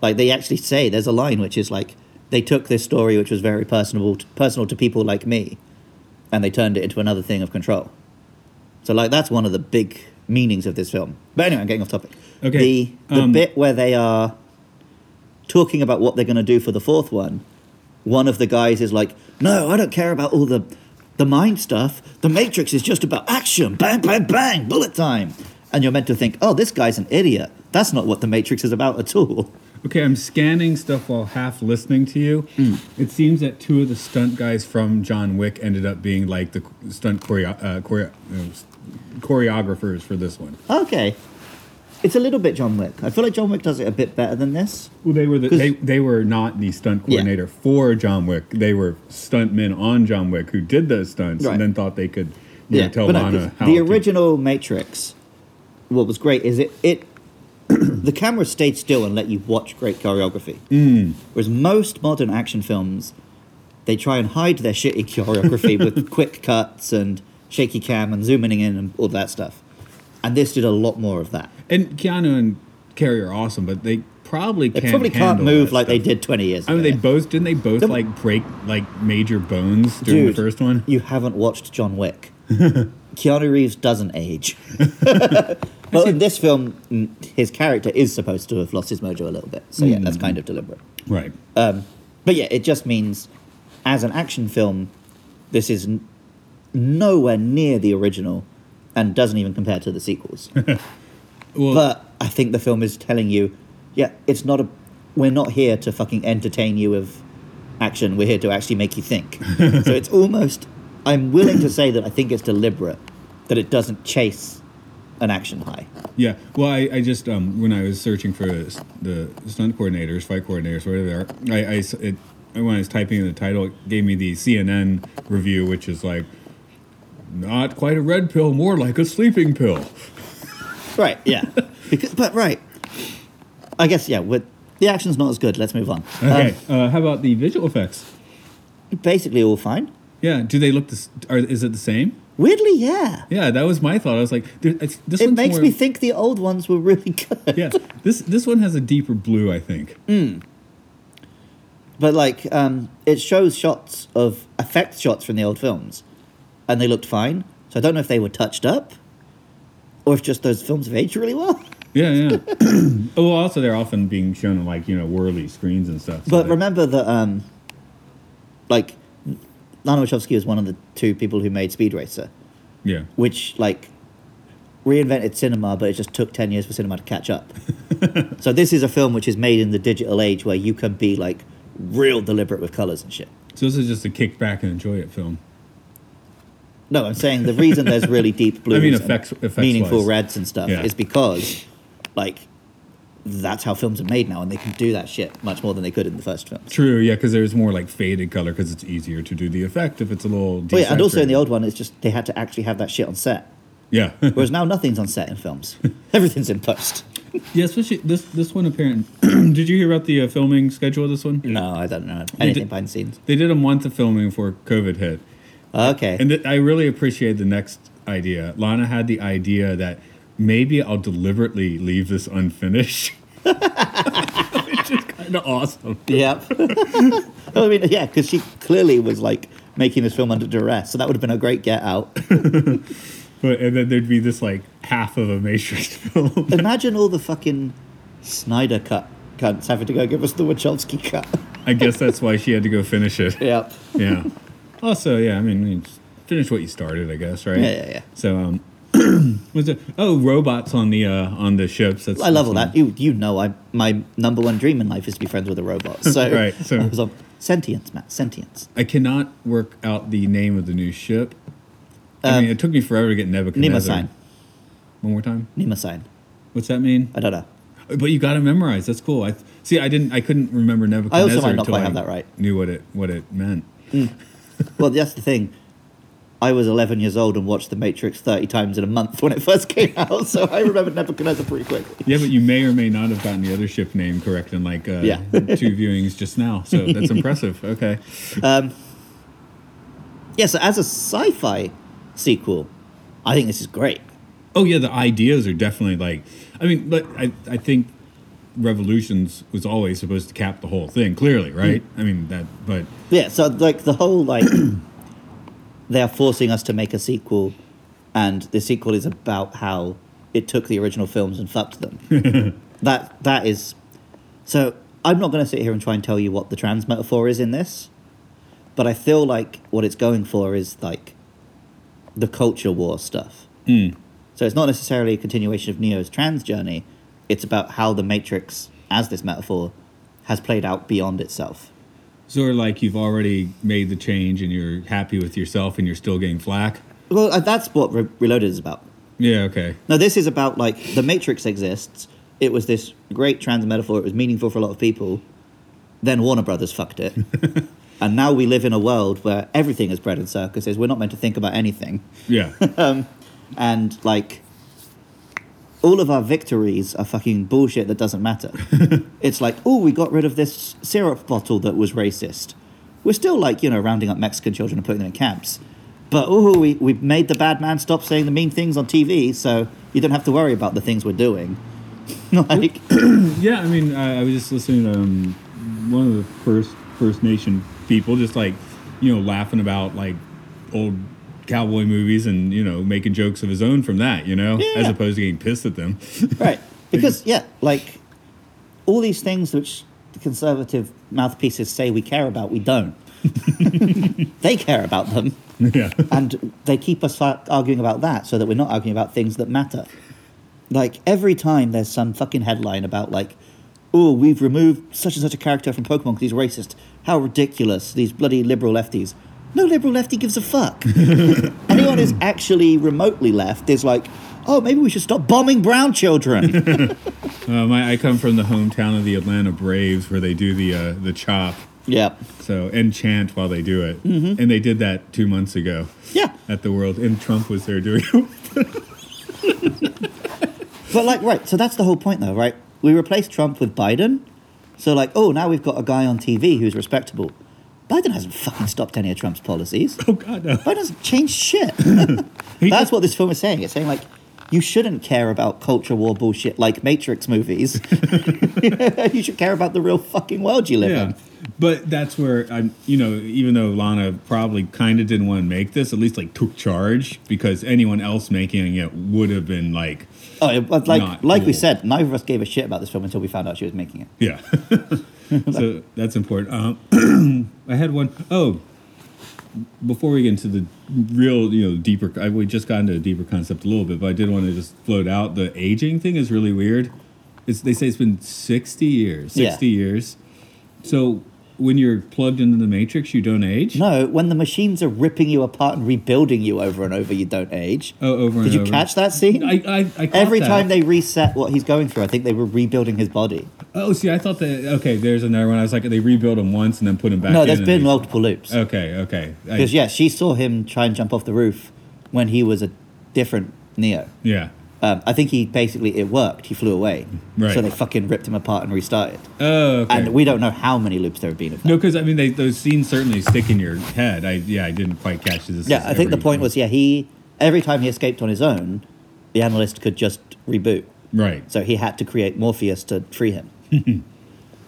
Speaker 5: Like they actually say, there's a line which is like they took this story, which was very personable, personal to people like me, and they turned it into another thing of control. So like that's one of the big meanings of this film. But anyway, I'm getting off topic.
Speaker 4: Okay,
Speaker 5: The the
Speaker 4: um,
Speaker 5: bit where they are talking about what they're going to do for the fourth one, one of the guys is like, "No, I don't care about all the the mind stuff. The Matrix is just about action, bang, bang, bang, bullet time." And you're meant to think, "Oh, this guy's an idiot. That's not what the Matrix is about at all."
Speaker 4: Okay, I'm scanning stuff while half listening to you.
Speaker 5: Hmm.
Speaker 4: It seems that two of the stunt guys from John Wick ended up being like the stunt choreo- uh, choreo- uh, choreographers for this one.
Speaker 5: Okay, it's a little bit John Wick. I feel like John Wick does it a bit better than this.
Speaker 4: Well, they were the,
Speaker 5: 'Cause-
Speaker 4: they they were not the stunt
Speaker 5: Yeah.
Speaker 4: coordinator for John Wick. They were stuntmen on John Wick who did those stunts
Speaker 5: Right.
Speaker 4: and then thought they could you know, tell
Speaker 5: but no,
Speaker 4: Lana
Speaker 5: 'cause
Speaker 4: how
Speaker 5: the
Speaker 4: to-
Speaker 5: original Matrix. What was great is it it the camera stayed still and let you watch great choreography.
Speaker 4: Mm.
Speaker 5: Whereas most modern action films, they try and hide their shitty choreography with quick cuts and shaky cam and zooming in and all that stuff. And this did a lot more of that.
Speaker 4: and Keanu and Carrie are awesome, but they probably
Speaker 5: They
Speaker 4: can't
Speaker 5: probably can't
Speaker 4: handle
Speaker 5: move
Speaker 4: that
Speaker 5: like they
Speaker 4: stuff.
Speaker 5: did twenty years
Speaker 4: I
Speaker 5: ago.
Speaker 4: mean, they both didn't they both
Speaker 5: The-
Speaker 4: like break like major bones during the first one.
Speaker 5: You haven't watched John Wick. Keanu Reeves doesn't age. but in this film, mm, his character is supposed to have lost his mojo a little bit. So yeah, that's kind of deliberate.
Speaker 4: Right.
Speaker 5: But yeah, it just means as an action film, this is n- nowhere near the original and doesn't even compare to the sequels. but I think the film is telling you, yeah, it's not a. We're not here to fucking entertain you with action. We're here to actually make you think. so it's almost. I'm willing to say that I think it's deliberate that it doesn't chase an action high.
Speaker 4: Yeah. Well, I, I just um, when I was searching for the the stunt coordinators, fight coordinators, whatever they are, I, I s- it, when I was typing in the title, it gave me the CNN review, which is like Not quite a red pill, more like a sleeping
Speaker 5: Um,
Speaker 4: pill.
Speaker 5: Right, yeah. Because, but right, I guess yeah. With the action's not as good. Let's move on. Um,
Speaker 4: Okay. uh, how about the visual effects?
Speaker 5: basically, all fine.
Speaker 4: Yeah. Do they look? The, s- are, is it the same?
Speaker 5: Weirdly, yeah.
Speaker 4: Yeah, that was my thought. I was like, there- it's- this
Speaker 5: It
Speaker 4: one's
Speaker 5: makes
Speaker 4: more-
Speaker 5: me think the old ones were really good.
Speaker 4: Yeah, this this one has a deeper blue, I think.
Speaker 5: Mm. But like, um, it shows shots of effect shots from the old films, and they looked fine. So I don't know if they were touched up, or if just those films have aged really well.
Speaker 4: Yeah, yeah. oh, well, also they're often being shown on like you know whirly screens and stuff. so
Speaker 5: But
Speaker 4: that-
Speaker 5: remember that, um, like, Lana Wachowski is one of the two people who made Speed Racer,
Speaker 4: yeah,
Speaker 5: which like reinvented cinema, but it just took ten years for cinema to catch up. so this is a film which is made in the digital age where you can be like real deliberate with colors and shit.
Speaker 4: so this is just a kick back and enjoy it film.
Speaker 5: No, I'm saying the reason there's really deep blues, and
Speaker 4: effects- effects-wise.
Speaker 5: meaningful reds and stuff,
Speaker 4: Yeah.
Speaker 5: is because like that's how films are made now, and they can do that shit much more than they could in the first films.
Speaker 4: True, yeah, because there's more like faded color because it's easier to do the effect if it's a little.
Speaker 5: Well, Oh, yeah, and also in the
Speaker 4: desaturated.
Speaker 5: old one, it's just they had to actually have that shit on set.
Speaker 4: yeah,
Speaker 5: Whereas now nothing's on set in films. Everything's in post.
Speaker 4: yeah, especially this this one apparent. Did you hear about the uh, filming schedule of this one?
Speaker 5: No, I don't know anything
Speaker 4: did-
Speaker 5: behind the scenes.
Speaker 4: They did a month of filming before COVID hit.
Speaker 5: Okay.
Speaker 4: And th- I really appreciate the next idea. Lana had the idea that maybe I'll deliberately leave this unfinished. Which is kind of awesome.
Speaker 5: Yep. I mean, yeah, because she clearly was like making this film under duress, so that would have been a great get out.
Speaker 4: But and then there'd be this like half of a Matrix film.
Speaker 5: Imagine all the fucking Snyder cut cunts having to go give us the Wachowski cut.
Speaker 4: I guess that's why she had to go finish it.
Speaker 5: Yep.
Speaker 4: Yeah. Also, yeah, I mean, you just finish what you started, I guess, right?
Speaker 5: Yeah, yeah, yeah.
Speaker 4: So, um, was it? Oh, robots on the uh, on the ships. That's
Speaker 5: I love all
Speaker 4: that's
Speaker 5: that. You, you know, I my number one dream in life is to be friends with a robot. So,
Speaker 4: Right, so-
Speaker 5: I was on sentience, Matt. Sentience.
Speaker 4: I cannot work out the name of the new ship. I mean, it took me forever to get Nebuchadnezzar.
Speaker 5: Nima Uh, sign.
Speaker 4: One more time.
Speaker 5: Nima sign.
Speaker 4: What's that mean?
Speaker 5: I don't know.
Speaker 4: But you got to memorize. That's cool. I see. I didn't. I couldn't remember Nebuchadnezzar.
Speaker 5: might not
Speaker 4: until
Speaker 5: quite have that right.
Speaker 4: Knew what it what it meant.
Speaker 5: Well, that's the thing. I was 11 years old and watched The Matrix 30 times in a month when it first came out, so I remember Nebuchadnezzar pretty quickly.
Speaker 4: Yeah, but you may or may not have gotten the other ship name correct in like uh,
Speaker 5: Yeah.
Speaker 4: two viewings just now. So that's impressive. Okay.
Speaker 5: Yeah, so as a sci-fi sequel, I think this is great.
Speaker 4: Oh yeah, the ideas are definitely like. I mean, but I I think Revolutions was always supposed to cap the whole thing. Clearly, right? I mean that, but
Speaker 5: Yeah, so like the whole like they're forcing us to make a sequel, and the sequel is about how it took the original films and fucked them. that that is. So I'm not going to sit here and try and tell you what the trans metaphor is in this, but I feel like what it's going for is like the culture war stuff. So it's not necessarily a continuation of Neo's trans journey. It's about how the Matrix, as this metaphor, has played out beyond itself.
Speaker 4: sort of like you've already made the change and you're happy with yourself and you're still getting flack.
Speaker 5: Well, uh, that's what Re- Reloaded is about.
Speaker 4: Yeah. Okay.
Speaker 5: No, this is about like the Matrix exists. It was this great trans metaphor. It was meaningful for a lot of people. Then Warner Brothers fucked it, and now we live in a world where everything is bread and circuses. We're not meant to think about anything,
Speaker 4: Yeah.
Speaker 5: and like all of our victories are fucking bullshit that doesn't matter. it's like, oh, we got rid of this syrup bottle that was racist. We're still like, you know, rounding up Mexican children and putting them in camps. But oh, we, we made the bad man stop saying the mean things on TV, so you don't have to worry about the things we're doing. like,
Speaker 4: Yeah, I mean, I, I was just listening to um, one of the first First Nation people, just like you know, laughing about like old cowboy movies and you know, making jokes of his own from that, you know, as
Speaker 5: Yeah.
Speaker 4: opposed to getting pissed at them.
Speaker 5: right. Because, yeah, like, all these things which the conservative mouthpieces say we care about, we don't. they care about them.
Speaker 4: yeah,
Speaker 5: and they keep us ar- arguing about that so that we're not arguing about things that matter. Like every time there's some fucking headline about like, oh, we've removed such and such a character from Pokemon because he's racist. How ridiculous! These bloody liberal lefties. No liberal lefty gives a fuck. Anyone who's actually remotely left is like, oh, maybe we should stop bombing brown children.
Speaker 4: um, I, I come from the hometown of the Atlanta Braves, where they do the uh, the chop,
Speaker 5: yeah,
Speaker 4: so and chant while they do it, and they did that two months ago.
Speaker 5: yeah.
Speaker 4: at the world, and Trump was there doing it.
Speaker 5: But like, right, so that's the whole point, though, right? We replaced Trump with Biden, so like, oh, now we've got a guy on TV who's respectable. Biden hasn't fucking stopped any of Trump's policies.
Speaker 4: oh God, no.
Speaker 5: Biden hasn't changed shit. that's what this film is saying. It's saying like, you shouldn't care about culture war bullshit like Matrix movies. you should care about the real fucking world you live
Speaker 4: Yeah,
Speaker 5: in.
Speaker 4: but that's where I'm. You know, even though Lana probably kind of didn't want to make this, at least like took charge because anyone else making it would have been like,
Speaker 5: Oh, it- but like,
Speaker 4: Not
Speaker 5: like we
Speaker 4: cool.
Speaker 5: said, neither of us gave a shit about this film until we found out she was making it.
Speaker 4: yeah. so that's important. Um, I had one oh before we get into the real, you know, deeper. I, we just got into a deeper concept a little bit, but I did want to just float out the aging thing is really weird. It's, they say it's been sixty years.
Speaker 5: Yeah.
Speaker 4: Sixty years. So when you're plugged into the matrix, you don't age.
Speaker 5: No, when the machines are ripping you apart and rebuilding you over and over, you don't age.
Speaker 4: Oh, over
Speaker 5: Did
Speaker 4: and
Speaker 5: you
Speaker 4: over.
Speaker 5: catch that scene?
Speaker 4: I, I, I caught
Speaker 5: Every
Speaker 4: that.
Speaker 5: time they reset what he's going through, I think they were rebuilding his body.
Speaker 4: Oh, see, I thought that. Okay, there's another one. I was like, they rebuild him once and then put him back.
Speaker 5: no,
Speaker 4: in
Speaker 5: there's
Speaker 4: and
Speaker 5: been
Speaker 4: they-
Speaker 5: multiple loops.
Speaker 4: Okay, okay. I-
Speaker 5: Because, yeah, she saw him try and jump off the roof when he was a different Neo.
Speaker 4: yeah.
Speaker 5: Um, I think he basically, it worked. He flew away.
Speaker 4: Right.
Speaker 5: So they fucking ripped him apart and restarted.
Speaker 4: Oh, okay.
Speaker 5: And we don't know how many loops there have been of that.
Speaker 4: no, because I mean, they, those scenes certainly stick in your head. I yeah, I didn't quite catch this.
Speaker 5: yeah, I think the
Speaker 4: every-
Speaker 5: point was, yeah, he, every time he escaped on his own, the analyst could just reboot.
Speaker 4: right.
Speaker 5: So he had to create Morpheus to free him.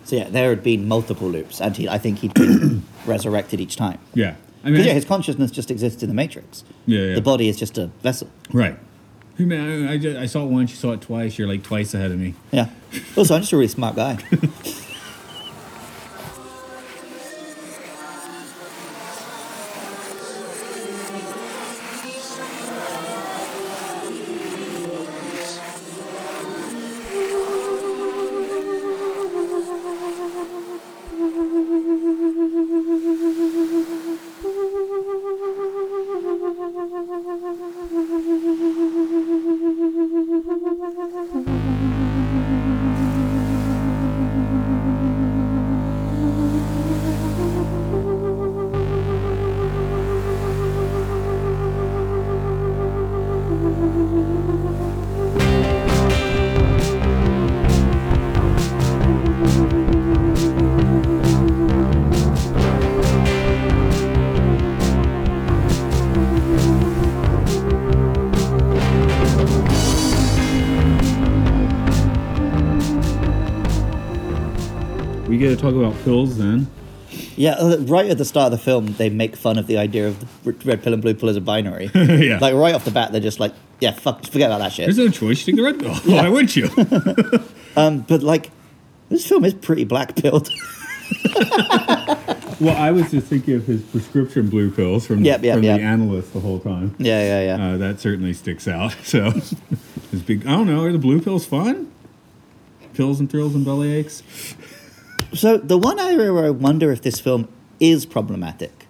Speaker 5: so yeah, there had been multiple loops, and he, I think he'd been resurrected each time.
Speaker 4: Yeah, I
Speaker 5: 'Cause,
Speaker 4: mean,
Speaker 5: yeah, his consciousness just exists in the Matrix.
Speaker 4: Yeah, yeah.
Speaker 5: The body is just a vessel.
Speaker 4: right. I mean, I, I, just, I saw it once. You saw it twice. You're like twice ahead of me.
Speaker 5: Yeah. Also, I'm just a really smart guy.
Speaker 4: We got to talk about pills then.
Speaker 5: yeah, uh, right at the start of the film, they make fun of the idea of the r- red pill and blue pill as a binary.
Speaker 4: Yeah.
Speaker 5: Like right off the bat, they're just like, yeah, fuck, forget about that shit.
Speaker 4: There's no choice. You take the red pill. Why would you?
Speaker 5: but like, this film is pretty black pilled.
Speaker 4: well, I was just thinking of his prescription blue pills from,
Speaker 5: Yep, yep,
Speaker 4: from
Speaker 5: yep.
Speaker 4: the analyst the whole time.
Speaker 5: yeah, yeah, yeah.
Speaker 4: Uh, that certainly sticks out. So it's big. I don't know. Are the blue pills fun? Pills and thrills and belly aches.
Speaker 5: So the one area where I wonder if this film is problematic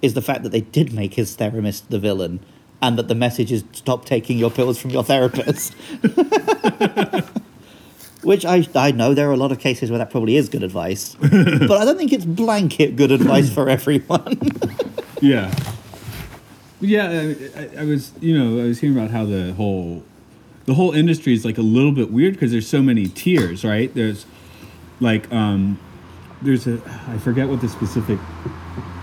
Speaker 5: is the fact that they did make his therapist the villain, and that the message is stop taking your pills from your therapist. Which I, I know there are a lot of cases where that probably is good advice, but I don't think it's blanket good advice for everyone.
Speaker 4: Yeah. Yeah, I, I, I was, you know, I was hearing about how the whole, the whole industry is like a little bit weird because there's so many tiers, right? There's, like, um, there's a, I forget what the specific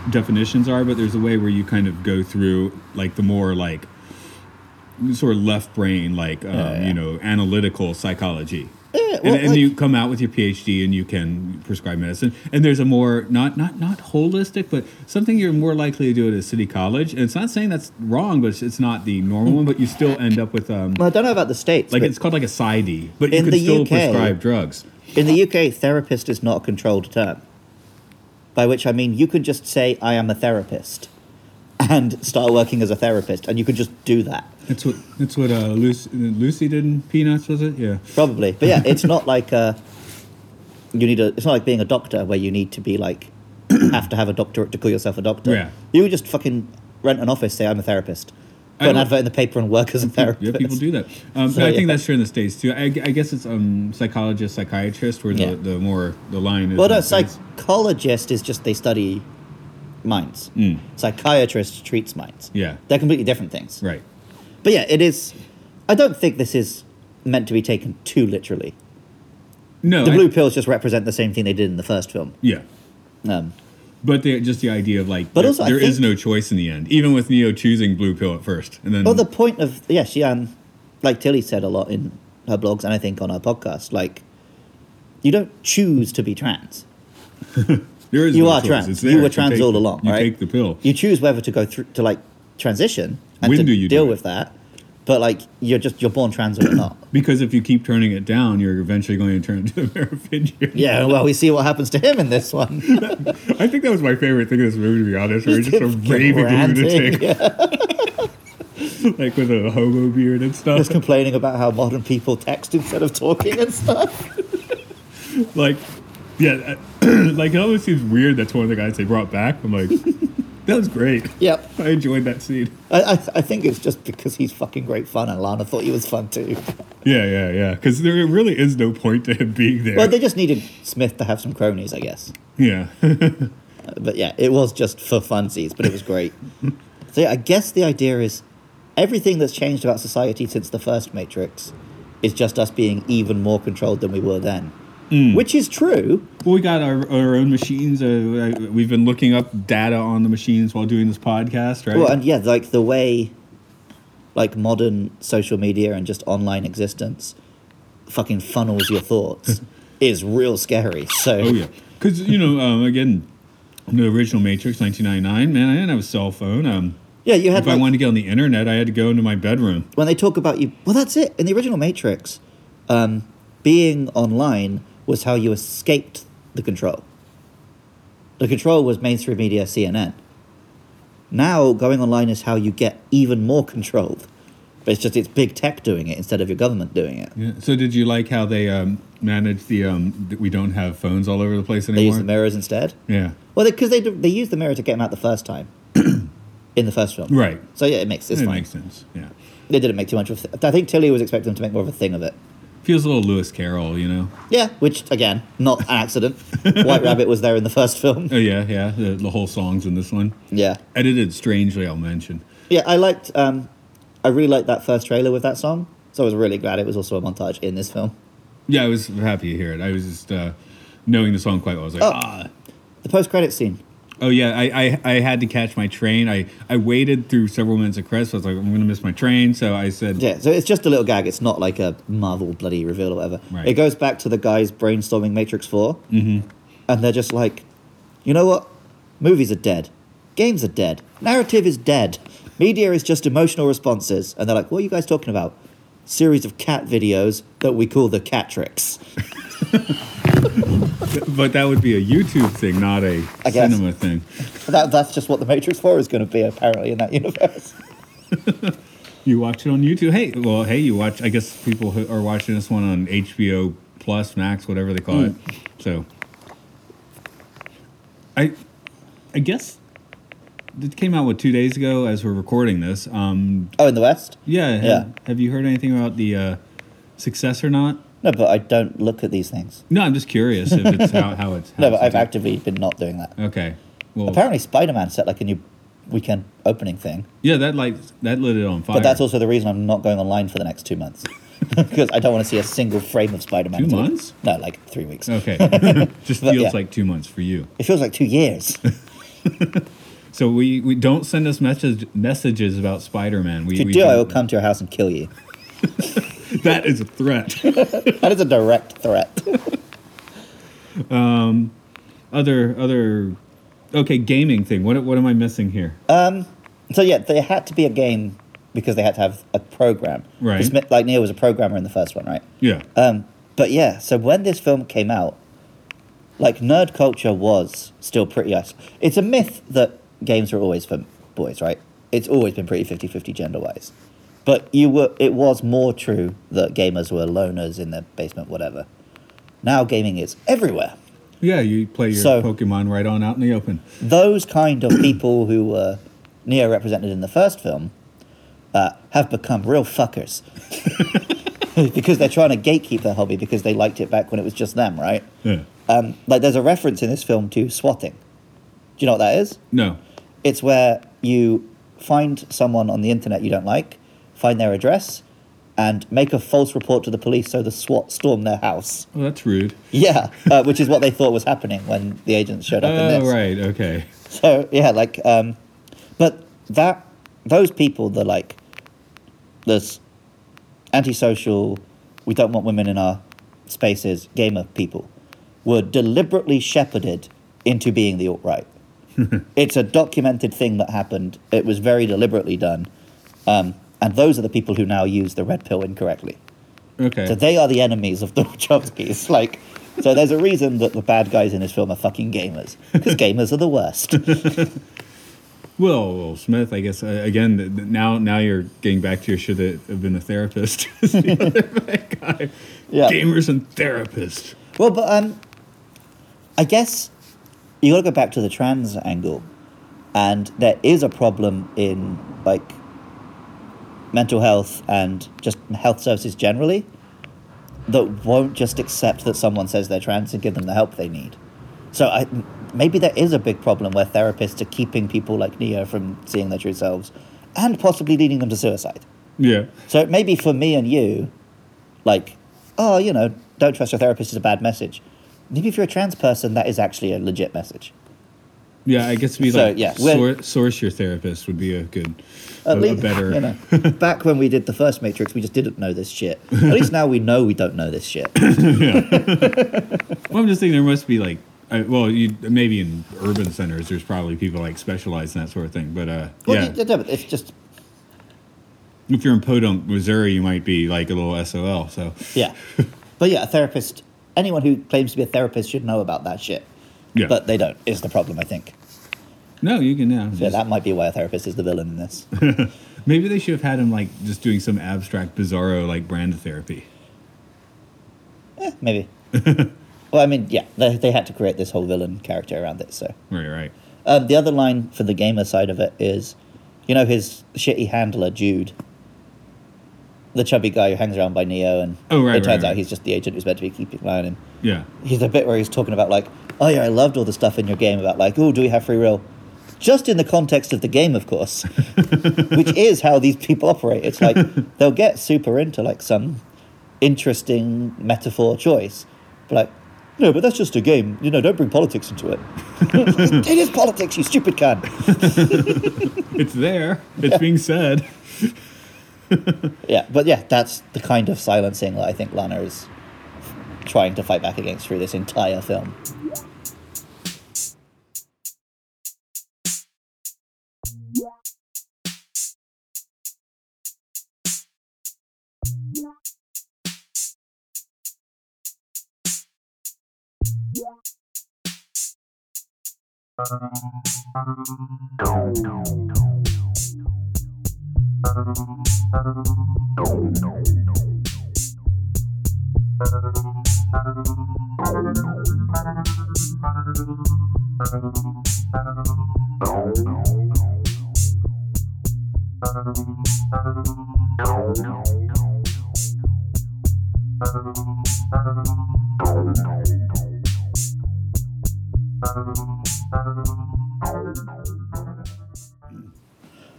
Speaker 4: definitions are, but there's a way where you kind of go through like the more like, sort of left brain, like, um, you know, analytical psychology.
Speaker 5: Oh, Eh, well,
Speaker 4: and, and
Speaker 5: like-
Speaker 4: you come out with your PhD and you can prescribe medicine. And there's a more not not not holistic, but something you're more likely to do at a city college. And it's not saying that's wrong, but it's, it's not the normal one. But you still end up with um
Speaker 5: well, I don't know about the states,
Speaker 4: like
Speaker 5: but
Speaker 4: it's called like a PsyD, but you
Speaker 5: In
Speaker 4: can
Speaker 5: the
Speaker 4: still
Speaker 5: UK
Speaker 4: prescribe drugs.
Speaker 5: in the UK, therapist is not a controlled term. By which I mean you can just say I am a therapist, and start working as a therapist, and you can just do that.
Speaker 4: That's what that's what uh, Lucy, Lucy did in Peanuts, was it? Yeah.
Speaker 5: Probably, but yeah, it's not like uh, you need a. It's not like being a doctor where you need to be like have to have a doctorate to call yourself a doctor.
Speaker 4: Yeah.
Speaker 5: you would just fucking rent an office, say I'm a therapist,
Speaker 4: I
Speaker 5: put an
Speaker 4: don't-
Speaker 5: advert in the paper and work as a therapist.
Speaker 4: Yeah, people do that. Um,
Speaker 5: So,
Speaker 4: but I think
Speaker 5: yeah.
Speaker 4: that's true in the states too. I, I guess it's um, psychologist, psychiatrist, where the,
Speaker 5: Yeah.
Speaker 4: the more the line is.
Speaker 5: Well,
Speaker 4: in
Speaker 5: no,
Speaker 4: the States.
Speaker 5: psychologist is just they study minds. Psychiatrist treats minds.
Speaker 4: Mm. Yeah.
Speaker 5: They're completely different things.
Speaker 4: Right.
Speaker 5: But yeah, it is. I don't think this is meant to be taken too literally.
Speaker 4: No.
Speaker 5: The
Speaker 4: I-
Speaker 5: blue pills just represent the same thing they did in the first film.
Speaker 4: Yeah.
Speaker 5: Um,
Speaker 4: But they, just the idea of like,
Speaker 5: But
Speaker 4: there-
Speaker 5: also I
Speaker 4: there is
Speaker 5: think-
Speaker 4: no choice in the end, even with Neo choosing blue pill at first, and then
Speaker 5: Well, the point of yeah, she um, like Tilly said a lot in her blogs and I think on her podcast, like you don't choose to be trans.
Speaker 4: there is
Speaker 5: You
Speaker 4: no
Speaker 5: are
Speaker 4: choice.
Speaker 5: trans.
Speaker 4: It's
Speaker 5: You
Speaker 4: there.
Speaker 5: were trans
Speaker 4: take
Speaker 5: all
Speaker 4: the-
Speaker 5: along,
Speaker 4: You
Speaker 5: right?
Speaker 4: take the pill.
Speaker 5: You choose whether to go through to like transition and
Speaker 4: When
Speaker 5: to
Speaker 4: do you do
Speaker 5: deal
Speaker 4: it?
Speaker 5: with that, but like you're just you're born trans or not.
Speaker 4: Because if you keep turning it down, you're eventually going to turn into a paraphilia.
Speaker 5: Yeah, well, we see what happens to him in this one.
Speaker 4: I think that was my favorite thing in this movie, to be honest. Where he's just a
Speaker 5: Fucking
Speaker 4: raving
Speaker 5: ranting,
Speaker 4: lunatic,
Speaker 5: yeah.
Speaker 4: like with a hobo beard and stuff.
Speaker 5: Just complaining about how modern people text instead of talking and stuff.
Speaker 4: like, yeah, I- like it always seems weird. That's one of the guys they brought back. I'm like, that was great.
Speaker 5: Yep.
Speaker 4: I enjoyed that scene.
Speaker 5: I, I, I think it's just because he's fucking great fun, and Lana thought he was fun too.
Speaker 4: Yeah, yeah, yeah. Because there really is no point to him being there.
Speaker 5: Well, they just needed Smith to have some cronies, I guess.
Speaker 4: yeah,
Speaker 5: Uh, But yeah, it was just for funsies, but it was great. so yeah, I guess the idea is everything that's changed about society since the first Matrix is just us being even more controlled than we were then.
Speaker 4: Mm.
Speaker 5: Which is true.
Speaker 4: Well, we got our, our own machines. Uh, I- we've been looking up data on the machines while doing this podcast, right?
Speaker 5: Well, and yeah, like the way like modern social media and just online existence fucking funnels your thoughts is real scary. So
Speaker 4: oh yeah, because you know, um, again, the original Matrix, 1999. Man, I didn't have a cell phone. Um,
Speaker 5: Yeah, you had
Speaker 4: if I
Speaker 5: like-
Speaker 4: wanted to get on the internet, I had to go into my bedroom.
Speaker 5: when they talk about you well that's it in the original matrix um, being online was how you escaped the control the control was mainstream media cnn now going online is how you get even more controlled but it's just it's big tech doing it instead of your government doing it
Speaker 4: Yeah. So, did you like how they um, managed the um, that we don't have phones all over the place
Speaker 5: they
Speaker 4: anymore?
Speaker 5: use the mirrors instead
Speaker 4: yeah.
Speaker 5: well because they, do- they used the mirror to get him out the first time in the first film
Speaker 4: Right.
Speaker 5: so yeah it makes it's
Speaker 4: it
Speaker 5: fine
Speaker 4: makes sense. Yeah.
Speaker 5: they didn't make too much of it i think tilly was expecting them to make more of a thing of it
Speaker 4: Feels a little Lewis Carroll, you know.
Speaker 5: Yeah, which again, not an accident. White Rabbit was there in the first film.
Speaker 4: Oh yeah, yeah. The, the whole song's in this one,
Speaker 5: Yeah,
Speaker 4: edited strangely. I'll mention.
Speaker 5: yeah. I liked. Um, I really liked that first trailer with that song. So I was really glad it was also a montage in this film.
Speaker 4: Yeah, I was happy to hear it. I was just uh, knowing the song quite well. I was like,
Speaker 5: Oh.
Speaker 4: ah.
Speaker 5: The post-credit scene.
Speaker 4: Oh yeah, I, I, I had to catch my train. I, I waited through several minutes of credits. I was like, I'm gonna miss my train. So I said,
Speaker 5: Yeah, so it's just a little gag. It's not like a Marvel bloody reveal or whatever.
Speaker 4: Right.
Speaker 5: It goes back to the guys brainstorming Matrix 4. Mm-hmm. And they're just like, you know what? Movies are dead. Games are dead. Narrative is dead. Media is just emotional responses. And they're like, what are you guys talking about? Series of cat videos that we call the Catrix.
Speaker 4: but that would be a YouTube thing, not a
Speaker 5: I guess.
Speaker 4: cinema thing.
Speaker 5: That, that's just what the Matrix 4 is going to be, apparently, in that universe.
Speaker 4: You watch it on YouTube. Hey, well, hey, you watch. I guess people who are watching this one on HBO Plus, Max, whatever they call
Speaker 5: Hmm.
Speaker 4: it. So, I, I guess, it came out what two days ago as we're recording this. Um,
Speaker 5: Oh, in the West?
Speaker 4: yeah, have,
Speaker 5: Yeah.
Speaker 4: Have you heard anything about the uh, success or not?
Speaker 5: No, but I don't look at these things.
Speaker 4: No, I'm just curious if it's how, how it's. How
Speaker 5: No, but
Speaker 4: it's
Speaker 5: I've
Speaker 4: done.
Speaker 5: actively been not doing that.
Speaker 4: Okay. Well,
Speaker 5: Apparently, Spider Man set like a new weekend opening thing.
Speaker 4: yeah, that light that lit it on fire.
Speaker 5: But that's also the reason I'm not going online for the next two months. Because I don't want to see a single frame of Spider Man.
Speaker 4: Two months? Oh.
Speaker 5: No, like three weeks.
Speaker 4: okay. Just
Speaker 5: But
Speaker 4: feels
Speaker 5: yeah.
Speaker 4: like two months for you.
Speaker 5: It feels like two years. If
Speaker 4: So we, we don't send us message, messages about Spider Man. We,
Speaker 5: you
Speaker 4: we
Speaker 5: do, I will
Speaker 4: don't-
Speaker 5: come to your house and kill you.
Speaker 4: That is a threat.
Speaker 5: That is a direct threat.
Speaker 4: other other. Okay, gaming thing. What what am I missing here?
Speaker 5: Uh, So, yeah, there had to be a game because they had to have a program.
Speaker 4: Right.
Speaker 5: 'Cause Smith- Like, Neo was a programmer in the first one, right?
Speaker 4: yeah.
Speaker 5: Um, but yeah, so when this film came out, like nerd culture was still pretty ice. It's a myth that games were always for boys, right? It's always been pretty 50-50 gender wise. But you were it was more true that gamers were loners in their basement, whatever. Now gaming is everywhere.
Speaker 4: yeah, you play your
Speaker 5: so-
Speaker 4: Pokemon right on out in the open.
Speaker 5: Those kind of people who were Neo represented in the first film uh, have become real fuckers. because they're trying to gatekeep their hobby because they liked it back when it was just them, right?
Speaker 4: Yeah.
Speaker 5: um, like there's a reference in this film to swatting, you know what that is?
Speaker 4: No.
Speaker 5: It's where you find someone on the internet you don't like, find their address, and make a false report to the police so the SWAT storm their house.
Speaker 4: Oh, that's rude.
Speaker 5: Yeah, uh, which is what they thought was happening when the agents showed up in
Speaker 4: Oh,
Speaker 5: this.
Speaker 4: right. Okay.
Speaker 5: So yeah, like, um, but that those people, the like, this antisocial, we don't want women in our spaces, gamer people, were deliberately shepherded into being the alt right. it's a documented thing that happened. It was very deliberately done, um, and those are the people who now use the red pill incorrectly.
Speaker 4: Okay.
Speaker 5: So they are the enemies of the Chomskys. Like, so there's a reason that the bad guys in this film are fucking gamers because gamers are the worst.
Speaker 4: Well, Will Smith, I guess uh, again th- th- now now you're getting back to your shit that have been a therapist. It's the other bad guy.
Speaker 5: Yeah.
Speaker 4: Gamers and therapists.
Speaker 5: Well, but um, I guess you got to go back to the trans angle, and there is a problem in like mental health and just health services generally that won't just accept that someone says they're trans and give them the help they need. So I m maybe there is a big problem where therapists are keeping people like Neo from seeing their true selves, and possibly leading them to suicide.
Speaker 4: Yeah.
Speaker 5: So it may be for me and you, like, oh, you know, don't trust your therapist is a bad message. Maybe if you're a trans person, that is actually a legit message.
Speaker 4: Yeah, I guess it'd be
Speaker 5: So,
Speaker 4: like
Speaker 5: yeah,
Speaker 4: sor-
Speaker 5: when-
Speaker 4: source your therapist would be a good,
Speaker 5: At
Speaker 4: a,
Speaker 5: least,
Speaker 4: a better.
Speaker 5: you know, back when we did the first Matrix, we just didn't know this shit. At least now we know we don't know this shit.
Speaker 4: Well, I'm just thinking there must be like, I, well, you, maybe in urban centers there's probably people like specialized in that sort of thing. But uh,
Speaker 5: Well,
Speaker 4: yeah,
Speaker 5: you- yeah, but it's just,
Speaker 4: if you're in Podunk, Missouri, you might be like a little SOL. So
Speaker 5: yeah. But yeah, a therapist, anyone who claims to be a therapist should know about that shit.
Speaker 4: yeah,
Speaker 5: But they don't, is the problem, I think.
Speaker 4: no, you can now.
Speaker 5: So that might be why a therapist is the villain in this.
Speaker 4: Maybe they should have had him like just doing some abstract, bizarro like brand therapy.
Speaker 5: Maybe. well, I mean, yeah, they, they had to create this whole villain character around it, so.
Speaker 4: Right, right.
Speaker 5: Um, the other line for the gamer side of it is, you know, his shitty handler Jude, the chubby guy who hangs around by Neo, and
Speaker 4: Oh, right,
Speaker 5: it turns
Speaker 4: right, right.
Speaker 5: out he's just the agent who's meant to be keeping an eye on him.
Speaker 4: Yeah.
Speaker 5: He's the bit where he's talking about like, oh yeah, I loved all the stuff in your game about like, oh, do we have free will? Just in the context of the game, of course, which is how these people operate. It's like they'll get super into like some interesting metaphor choice, but like, no, but that's just a game. You know, don't bring politics into it. it is politics, you stupid cunt.
Speaker 4: It's there. It's being said.
Speaker 5: Yeah, but yeah, that's the kind of silencing that I think Lana is trying to fight back against through this entire film.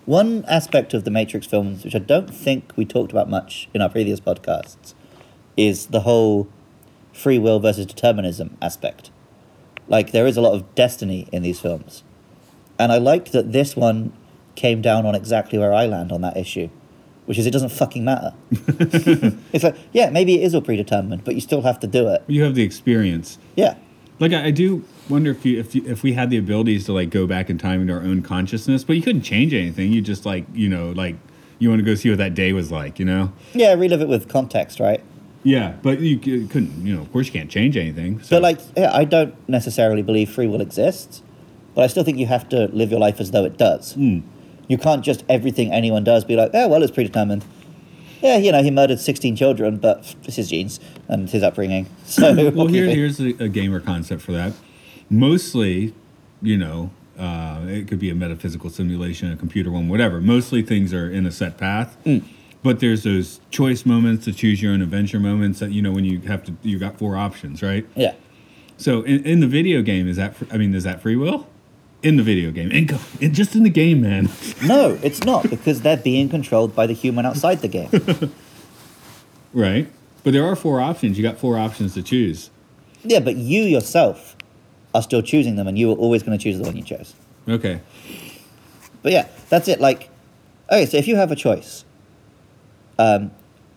Speaker 5: One aspect of the Matrix films, which I don't think we talked about much in our previous podcasts, is the whole free will versus determinism aspect. Like, there is a lot of destiny in these films. And I liked that this one came down on exactly where I land on that issue, which is it doesn't fucking matter. it's like, yeah, maybe it is all predetermined, but you still have to do it.
Speaker 4: You have the experience.
Speaker 5: Yeah.
Speaker 4: Like I, I do wonder if you, if you, if we had the abilities to like go back in time into our own consciousness, but you couldn't change anything. You just like you know like you want to go see what that day was like, you know?
Speaker 5: Yeah, relive it with context, right?
Speaker 4: Yeah, but you, c- couldn't. You know, of course you can't change anything. So
Speaker 5: But like, yeah, I don't necessarily believe free will exists, but I still think you have to live your life as though it does.
Speaker 4: Hmm.
Speaker 5: You can't just everything anyone does be like, oh well, it's predetermined. Yeah, you know, he murdered sixteen children, but pff, it's his genes and his upbringing. So
Speaker 4: well, here,
Speaker 5: obviously-
Speaker 4: here's a, a gamer concept for that. Mostly, you know, uh, it could be a metaphysical simulation, a computer one, whatever. Mostly things are in a set path.
Speaker 5: Mm.
Speaker 4: But there's those choice moments, to choose your own adventure moments that, you know, when you have to, you got four options, right?
Speaker 5: yeah,
Speaker 4: So in, in the video game, is that, fr- I mean, is that free will? in the video game, in, co- in just in the game, man.
Speaker 5: No, it's not because they're being controlled by the human outside the game.
Speaker 4: right? But there are four options. You got four options to choose.
Speaker 5: yeah, but you yourself are still choosing them, and you are always going to choose the one you chose.
Speaker 4: Okay.
Speaker 5: But yeah, that's it. Like, okay, so if you have a choice, um,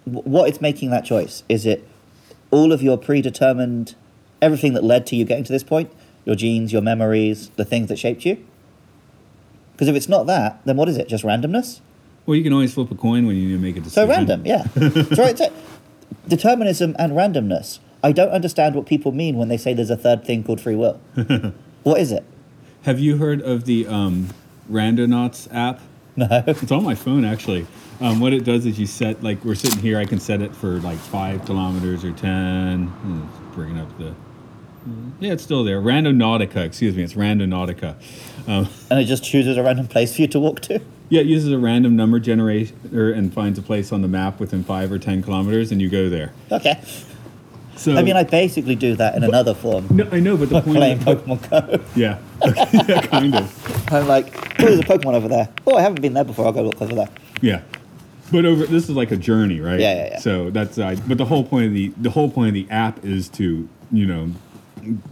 Speaker 5: wh- what is making that choice? Is it all of your predetermined, everything that led to you getting to this point, your genes, your memories, the things that shaped you? Because if it's not that, then what is it? Just randomness?
Speaker 4: Well, you can always flip a coin when you need to make a
Speaker 5: So
Speaker 4: decision.
Speaker 5: random, yeah. so right, so determinism and randomness. I don't understand what people mean when they say there's a third thing called free will. what is it?
Speaker 4: Have you heard of the um, Randonauts app? No. It's on my phone actually. Um, what it does is you set like we're sitting here. I can set it for like five kilometers or ten. Hmm, it's Bringing up the yeah, it's still there. Randonautica, excuse me, it's Randonautica. Um,
Speaker 5: And it just chooses a random place for you to walk to.
Speaker 4: yeah, it uses a random number generator and finds a place on the map within five or ten kilometers, and you go there.
Speaker 5: Okay.
Speaker 4: So
Speaker 5: I mean, I basically do that in another form.
Speaker 4: no, I know, but the point
Speaker 5: Playing
Speaker 4: is,
Speaker 5: Pokemon Go.
Speaker 4: yeah, yeah, kind of.
Speaker 5: I'm like, oh, there's a Pokemon over there. Oh, I haven't been there before. I'll go look over there.
Speaker 4: Yeah, but over this is like a journey, right?
Speaker 5: Yeah, yeah, yeah.
Speaker 4: So that's uh, but the whole point of the the whole point of the app is to you know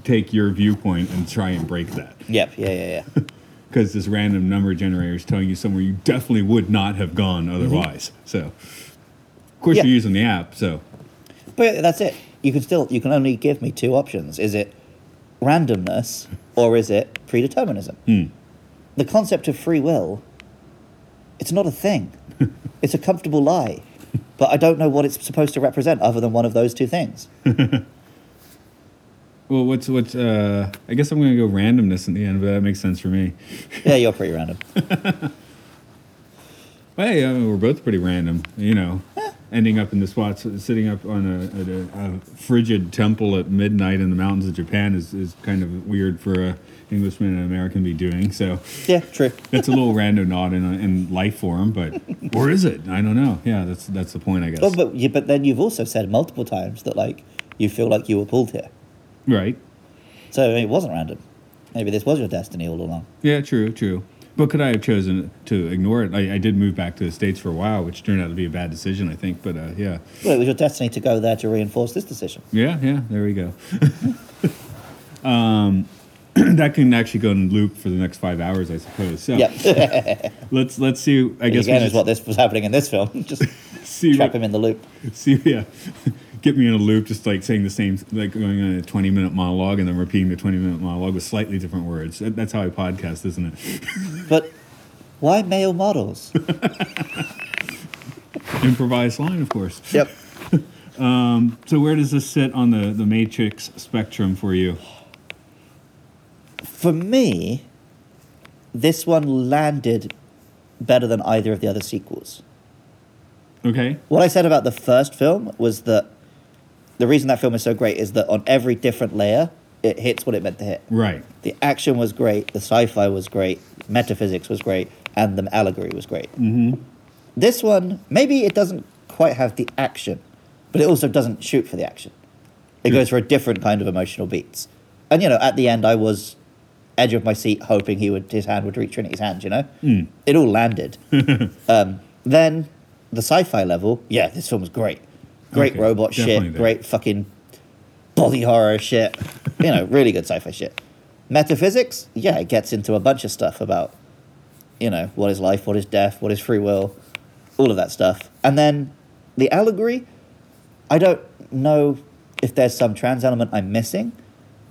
Speaker 4: take your viewpoint and try and break that
Speaker 5: Yep. Yeah, yeah, yeah.
Speaker 4: because this random number generator is telling you somewhere you definitely would not have gone otherwise. So of course
Speaker 5: Mm-hmm. Yeah.
Speaker 4: you're using the app, so
Speaker 5: but that's it. You can still, you can only give me two options. Is it randomness or is it predeterminism? The concept of free will, it's not a thing. it's a comfortable lie. But I don't know what it's supposed to represent other than one of those two things.
Speaker 4: well, what's what's uh, I guess I'm gonna go randomness in the end, but that makes sense for me.
Speaker 5: yeah, you're pretty random.
Speaker 4: Well, hey, I mean, we're both pretty random, you know. Ending up in the spots, sitting up on a, at a, a frigid temple at midnight in the mountains of Japan is, is kind of weird for a Englishman and American to be doing. So
Speaker 5: Yeah, true.
Speaker 4: that's a little random nod in, in life for him, but or is it? I don't know. Yeah, that's that's the point, I guess.
Speaker 5: Oh, but, you, but then you've also said multiple times that, like, you feel like you were pulled here.
Speaker 4: right?
Speaker 5: So it wasn't random. Maybe this was your destiny all along.
Speaker 4: Yeah, true, true. But could I have chosen to ignore it? I, I did move back to the states for a while, which turned out to be a bad decision, I think. But uh, yeah,
Speaker 5: Well, it was your destiny to go there to reinforce this decision.
Speaker 4: Yeah, yeah, there we go. um, that can actually go in loop for the next five hours, Oh. I suppose. So
Speaker 5: Yep.
Speaker 4: let's let's see. I guess
Speaker 5: Again,
Speaker 4: we
Speaker 5: is what this was happening in this film. Just
Speaker 4: see,
Speaker 5: trap
Speaker 4: what,
Speaker 5: him in the loop.
Speaker 4: see, yeah, get me in a loop, just like saying the same, like going on a twenty-minute monologue and then repeating the twenty-minute monologue with slightly different words. That- That's how I podcast, isn't it?
Speaker 5: But why male models?
Speaker 4: Improvised line, of course.
Speaker 5: yep.
Speaker 4: So where does this sit on the the Matrix spectrum for you?
Speaker 5: For me, this one landed better than either of the other sequels.
Speaker 4: Okay.
Speaker 5: What I said about the first film was that the reason that film is so great is that on every different layer, it hits what it meant to hit.
Speaker 4: Right.
Speaker 5: The action was great, the sci fi was great, metaphysics was great, and the allegory was great. Mm-hmm. This one, maybe it doesn't quite have the action, but it also doesn't shoot for the action. It goes for a different kind of emotional beats. And, you know, at the end, I was edge of my seat hoping he would his hand would reach Trinity's hand, you know?
Speaker 4: Hmm.
Speaker 5: It all landed. um, then the sci fi level, yeah, this film was great. Great
Speaker 4: Okay,
Speaker 5: robot shit,
Speaker 4: definitely that.
Speaker 5: great fucking body horror shit. You know, really good sci-fi shit. Metaphysics, yeah, it gets into a bunch of stuff about, you know, what is life, what is death, what is free will, all of that stuff. And then the allegory, I don't know if there's some trans element I'm missing,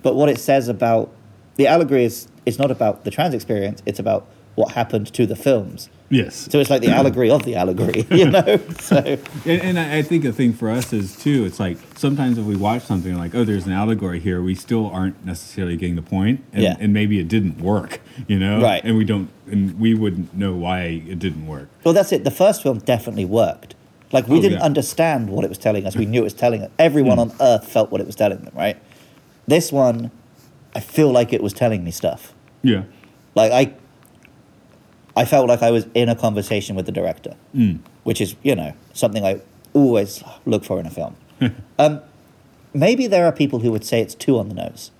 Speaker 5: but what it says about the allegory is it's not about the trans experience, it's about what happened to the films.
Speaker 4: Yes.
Speaker 5: So it's like the allegory of the allegory, you know? So
Speaker 4: And, and I I think the thing for us is too, it's like sometimes if we watch something like, oh, there's an allegory here, we still aren't necessarily getting the point, and,
Speaker 5: Yeah.
Speaker 4: and maybe it didn't work, you know,
Speaker 5: Right.
Speaker 4: And we don't, and we wouldn't know why it didn't work.
Speaker 5: Well, that's it. The first film definitely worked. Like we
Speaker 4: Oh,
Speaker 5: didn't
Speaker 4: yeah. Hmm.
Speaker 5: understand what it was telling us. We knew it was telling us. Everyone on Earth felt what it was telling them, right? This one, I feel like it was telling me stuff.
Speaker 4: Yeah,
Speaker 5: Like I, I felt like I was in a conversation with the director, which is you know something I always look for in a film. um, maybe there are people who would say it's too on the nose.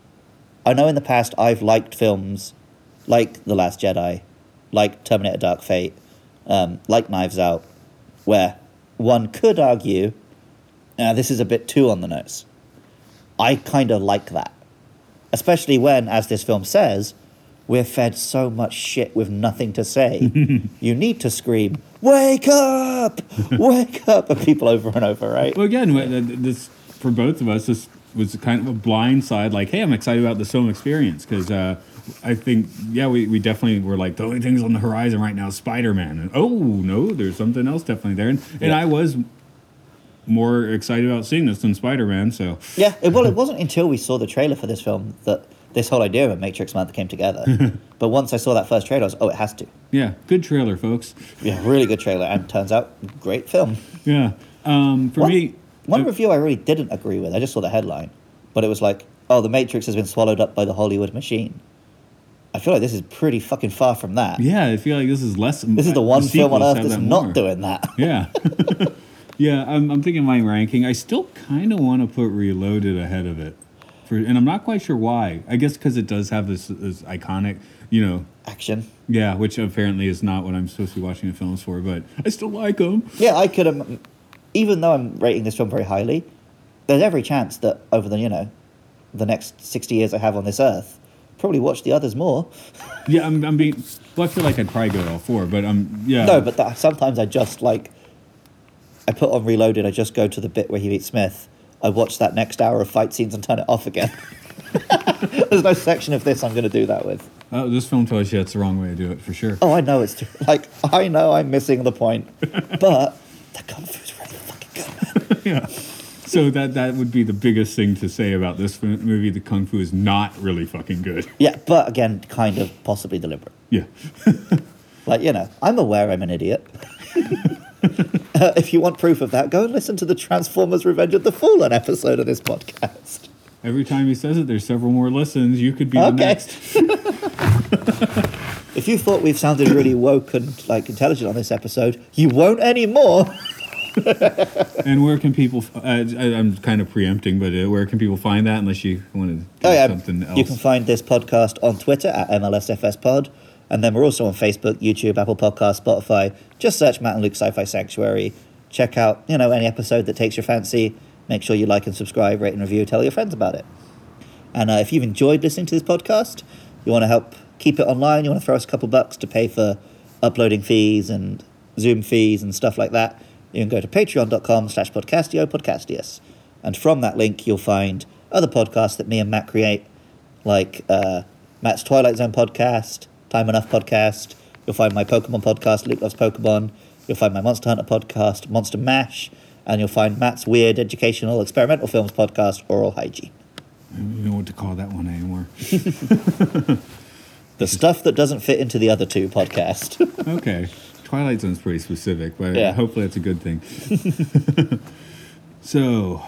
Speaker 5: I know in the past I've liked films like The Last Jedi, like Terminator Dark Fate, um, like Knives Out, where one could argue uh, this is a bit too on the nose. I kind of like that. Especially when, as this film says, we're fed so much shit with nothing to say. you need to scream, Wake up! Wake up! at people over and over, right?
Speaker 4: Well, again, wh- th- th- this for both of us, this was kind of a blind side. Like, hey, I'm excited about this film experience because uh, I think, yeah, we, we definitely were like the only things on the horizon right now is Spider Man, and oh no, there's something else definitely there, and, and I was more excited about seeing this than Spider Man. So
Speaker 5: Yeah, it, well, it wasn't until we saw the trailer for this film that this whole idea of a Matrix month came together. but once I saw that first trailer, I was, oh, it has to.
Speaker 4: yeah, good trailer, folks.
Speaker 5: Yeah, really good trailer, and turns out, great film.
Speaker 4: Yeah, um, for
Speaker 5: One-
Speaker 4: me,
Speaker 5: one
Speaker 4: uh,
Speaker 5: review I really didn't agree with. I just saw the headline, but it was like, "Oh, the Matrix has been swallowed up by the Hollywood machine." I feel like this is pretty fucking far from that.
Speaker 4: yeah, I feel like this is less.
Speaker 5: This is the one film on earth that's not
Speaker 4: doing.
Speaker 5: doing that.
Speaker 4: Yeah. yeah, I'm, I'm thinking my ranking. I still kind of want to put Reloaded ahead of it. For, and I'm not quite sure why. I guess because it does have this, this iconic, you know,
Speaker 5: Action.
Speaker 4: yeah, which apparently is not what I'm supposed to be watching the films for, but I still like them.
Speaker 5: Yeah, I could. Um, even though I'm rating this film very highly, there's every chance that over the you know, the next sixty years I have on this earth, probably watch the others more.
Speaker 4: Yeah, I'm, I'm being. Well, I feel like I'd probably go to all four, but I'm. Yeah.
Speaker 5: No, but that, sometimes I just like. I put on Reloaded. I just go to the bit where he meets Smith. I watch that next hour of fight scenes and turn it off again. There's no section of this I'm going to do that with.
Speaker 4: Oh, this film tells you it's the wrong way to do it for sure.
Speaker 5: Oh, I know it's like I know I'm missing the point, but the kung fu's really fucking good.
Speaker 4: yeah. So that that would be the biggest thing to say about this fi- movie. The kung fu is not really fucking good.
Speaker 5: Yeah, but again, kind of possibly deliberate.
Speaker 4: Yeah.
Speaker 5: Like you know, I'm aware I'm an idiot. Uh, if you want proof of that, go and listen to the Transformers: Revenge of the Fallen episode of this podcast.
Speaker 4: Every time he says it, there's several more listens. You could be the
Speaker 5: Okay.
Speaker 4: next.
Speaker 5: If you thought we've sounded really woke and like intelligent on this episode, you won't anymore.
Speaker 4: And where can people? f- Uh, I, I'm kind of preempting, but uh, where can people find that? Unless you wanted to do
Speaker 5: Oh yeah,
Speaker 4: something else.
Speaker 5: you can find this podcast on Twitter at MLSFS Pod, and then we're also on Facebook, YouTube, Apple Podcast, Spotify. Just search Matt and Luke Sci-Fi Sanctuary. Check out you know any episode that takes your fancy. Make sure you like and subscribe, rate and review. Tell your friends about it. And uh, if you've enjoyed listening to this podcast, you want to help keep it online, you want to throw us a couple bucks to pay for uploading fees and Zoom fees and stuff like that, you can go to patreon.com slash podcastio podcastius. And from that link, you'll find other podcasts that me and Matt create, like uh, Matt's Twilight Zone podcast, Time Enough podcast. You'll find my Pokemon podcast, Luke Loves Pokemon. You'll find my Monster Hunter podcast, Monster Mash. And you'll find Matt's weird educational experimental films podcast, Oral Hygiene.
Speaker 4: You know what to call that one anymore.
Speaker 5: The stuff that doesn't fit into the other two podcast.
Speaker 4: okay, Twilight Zone's pretty specific, but
Speaker 5: Yeah.
Speaker 4: hopefully that's a good thing. so,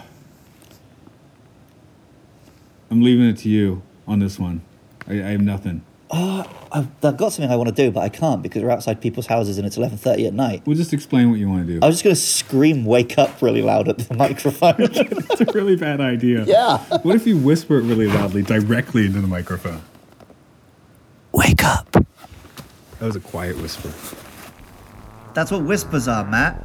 Speaker 4: I'm leaving it to you on this one. I, I have nothing.
Speaker 5: I've, I've got something I want to do, but I can't because we're outside people's houses and it's eleven thirty at night.
Speaker 4: We'll just explain what you want to do.
Speaker 5: I was just gonna scream "Wake up!" really loud at the microphone.
Speaker 4: It's a really bad idea.
Speaker 5: yeah,
Speaker 4: What if you whisper it really loudly directly into the microphone?
Speaker 5: wake up.
Speaker 4: That was a quiet whisper.
Speaker 5: That's what whispers are, Matt.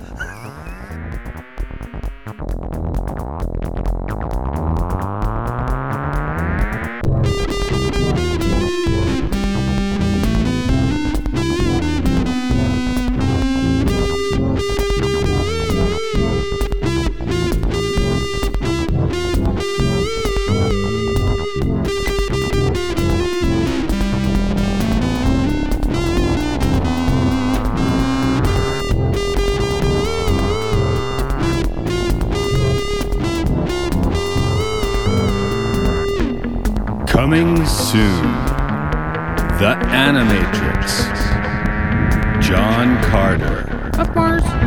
Speaker 2: Coming soon, The Animatrix. John Carter.
Speaker 6: Of course.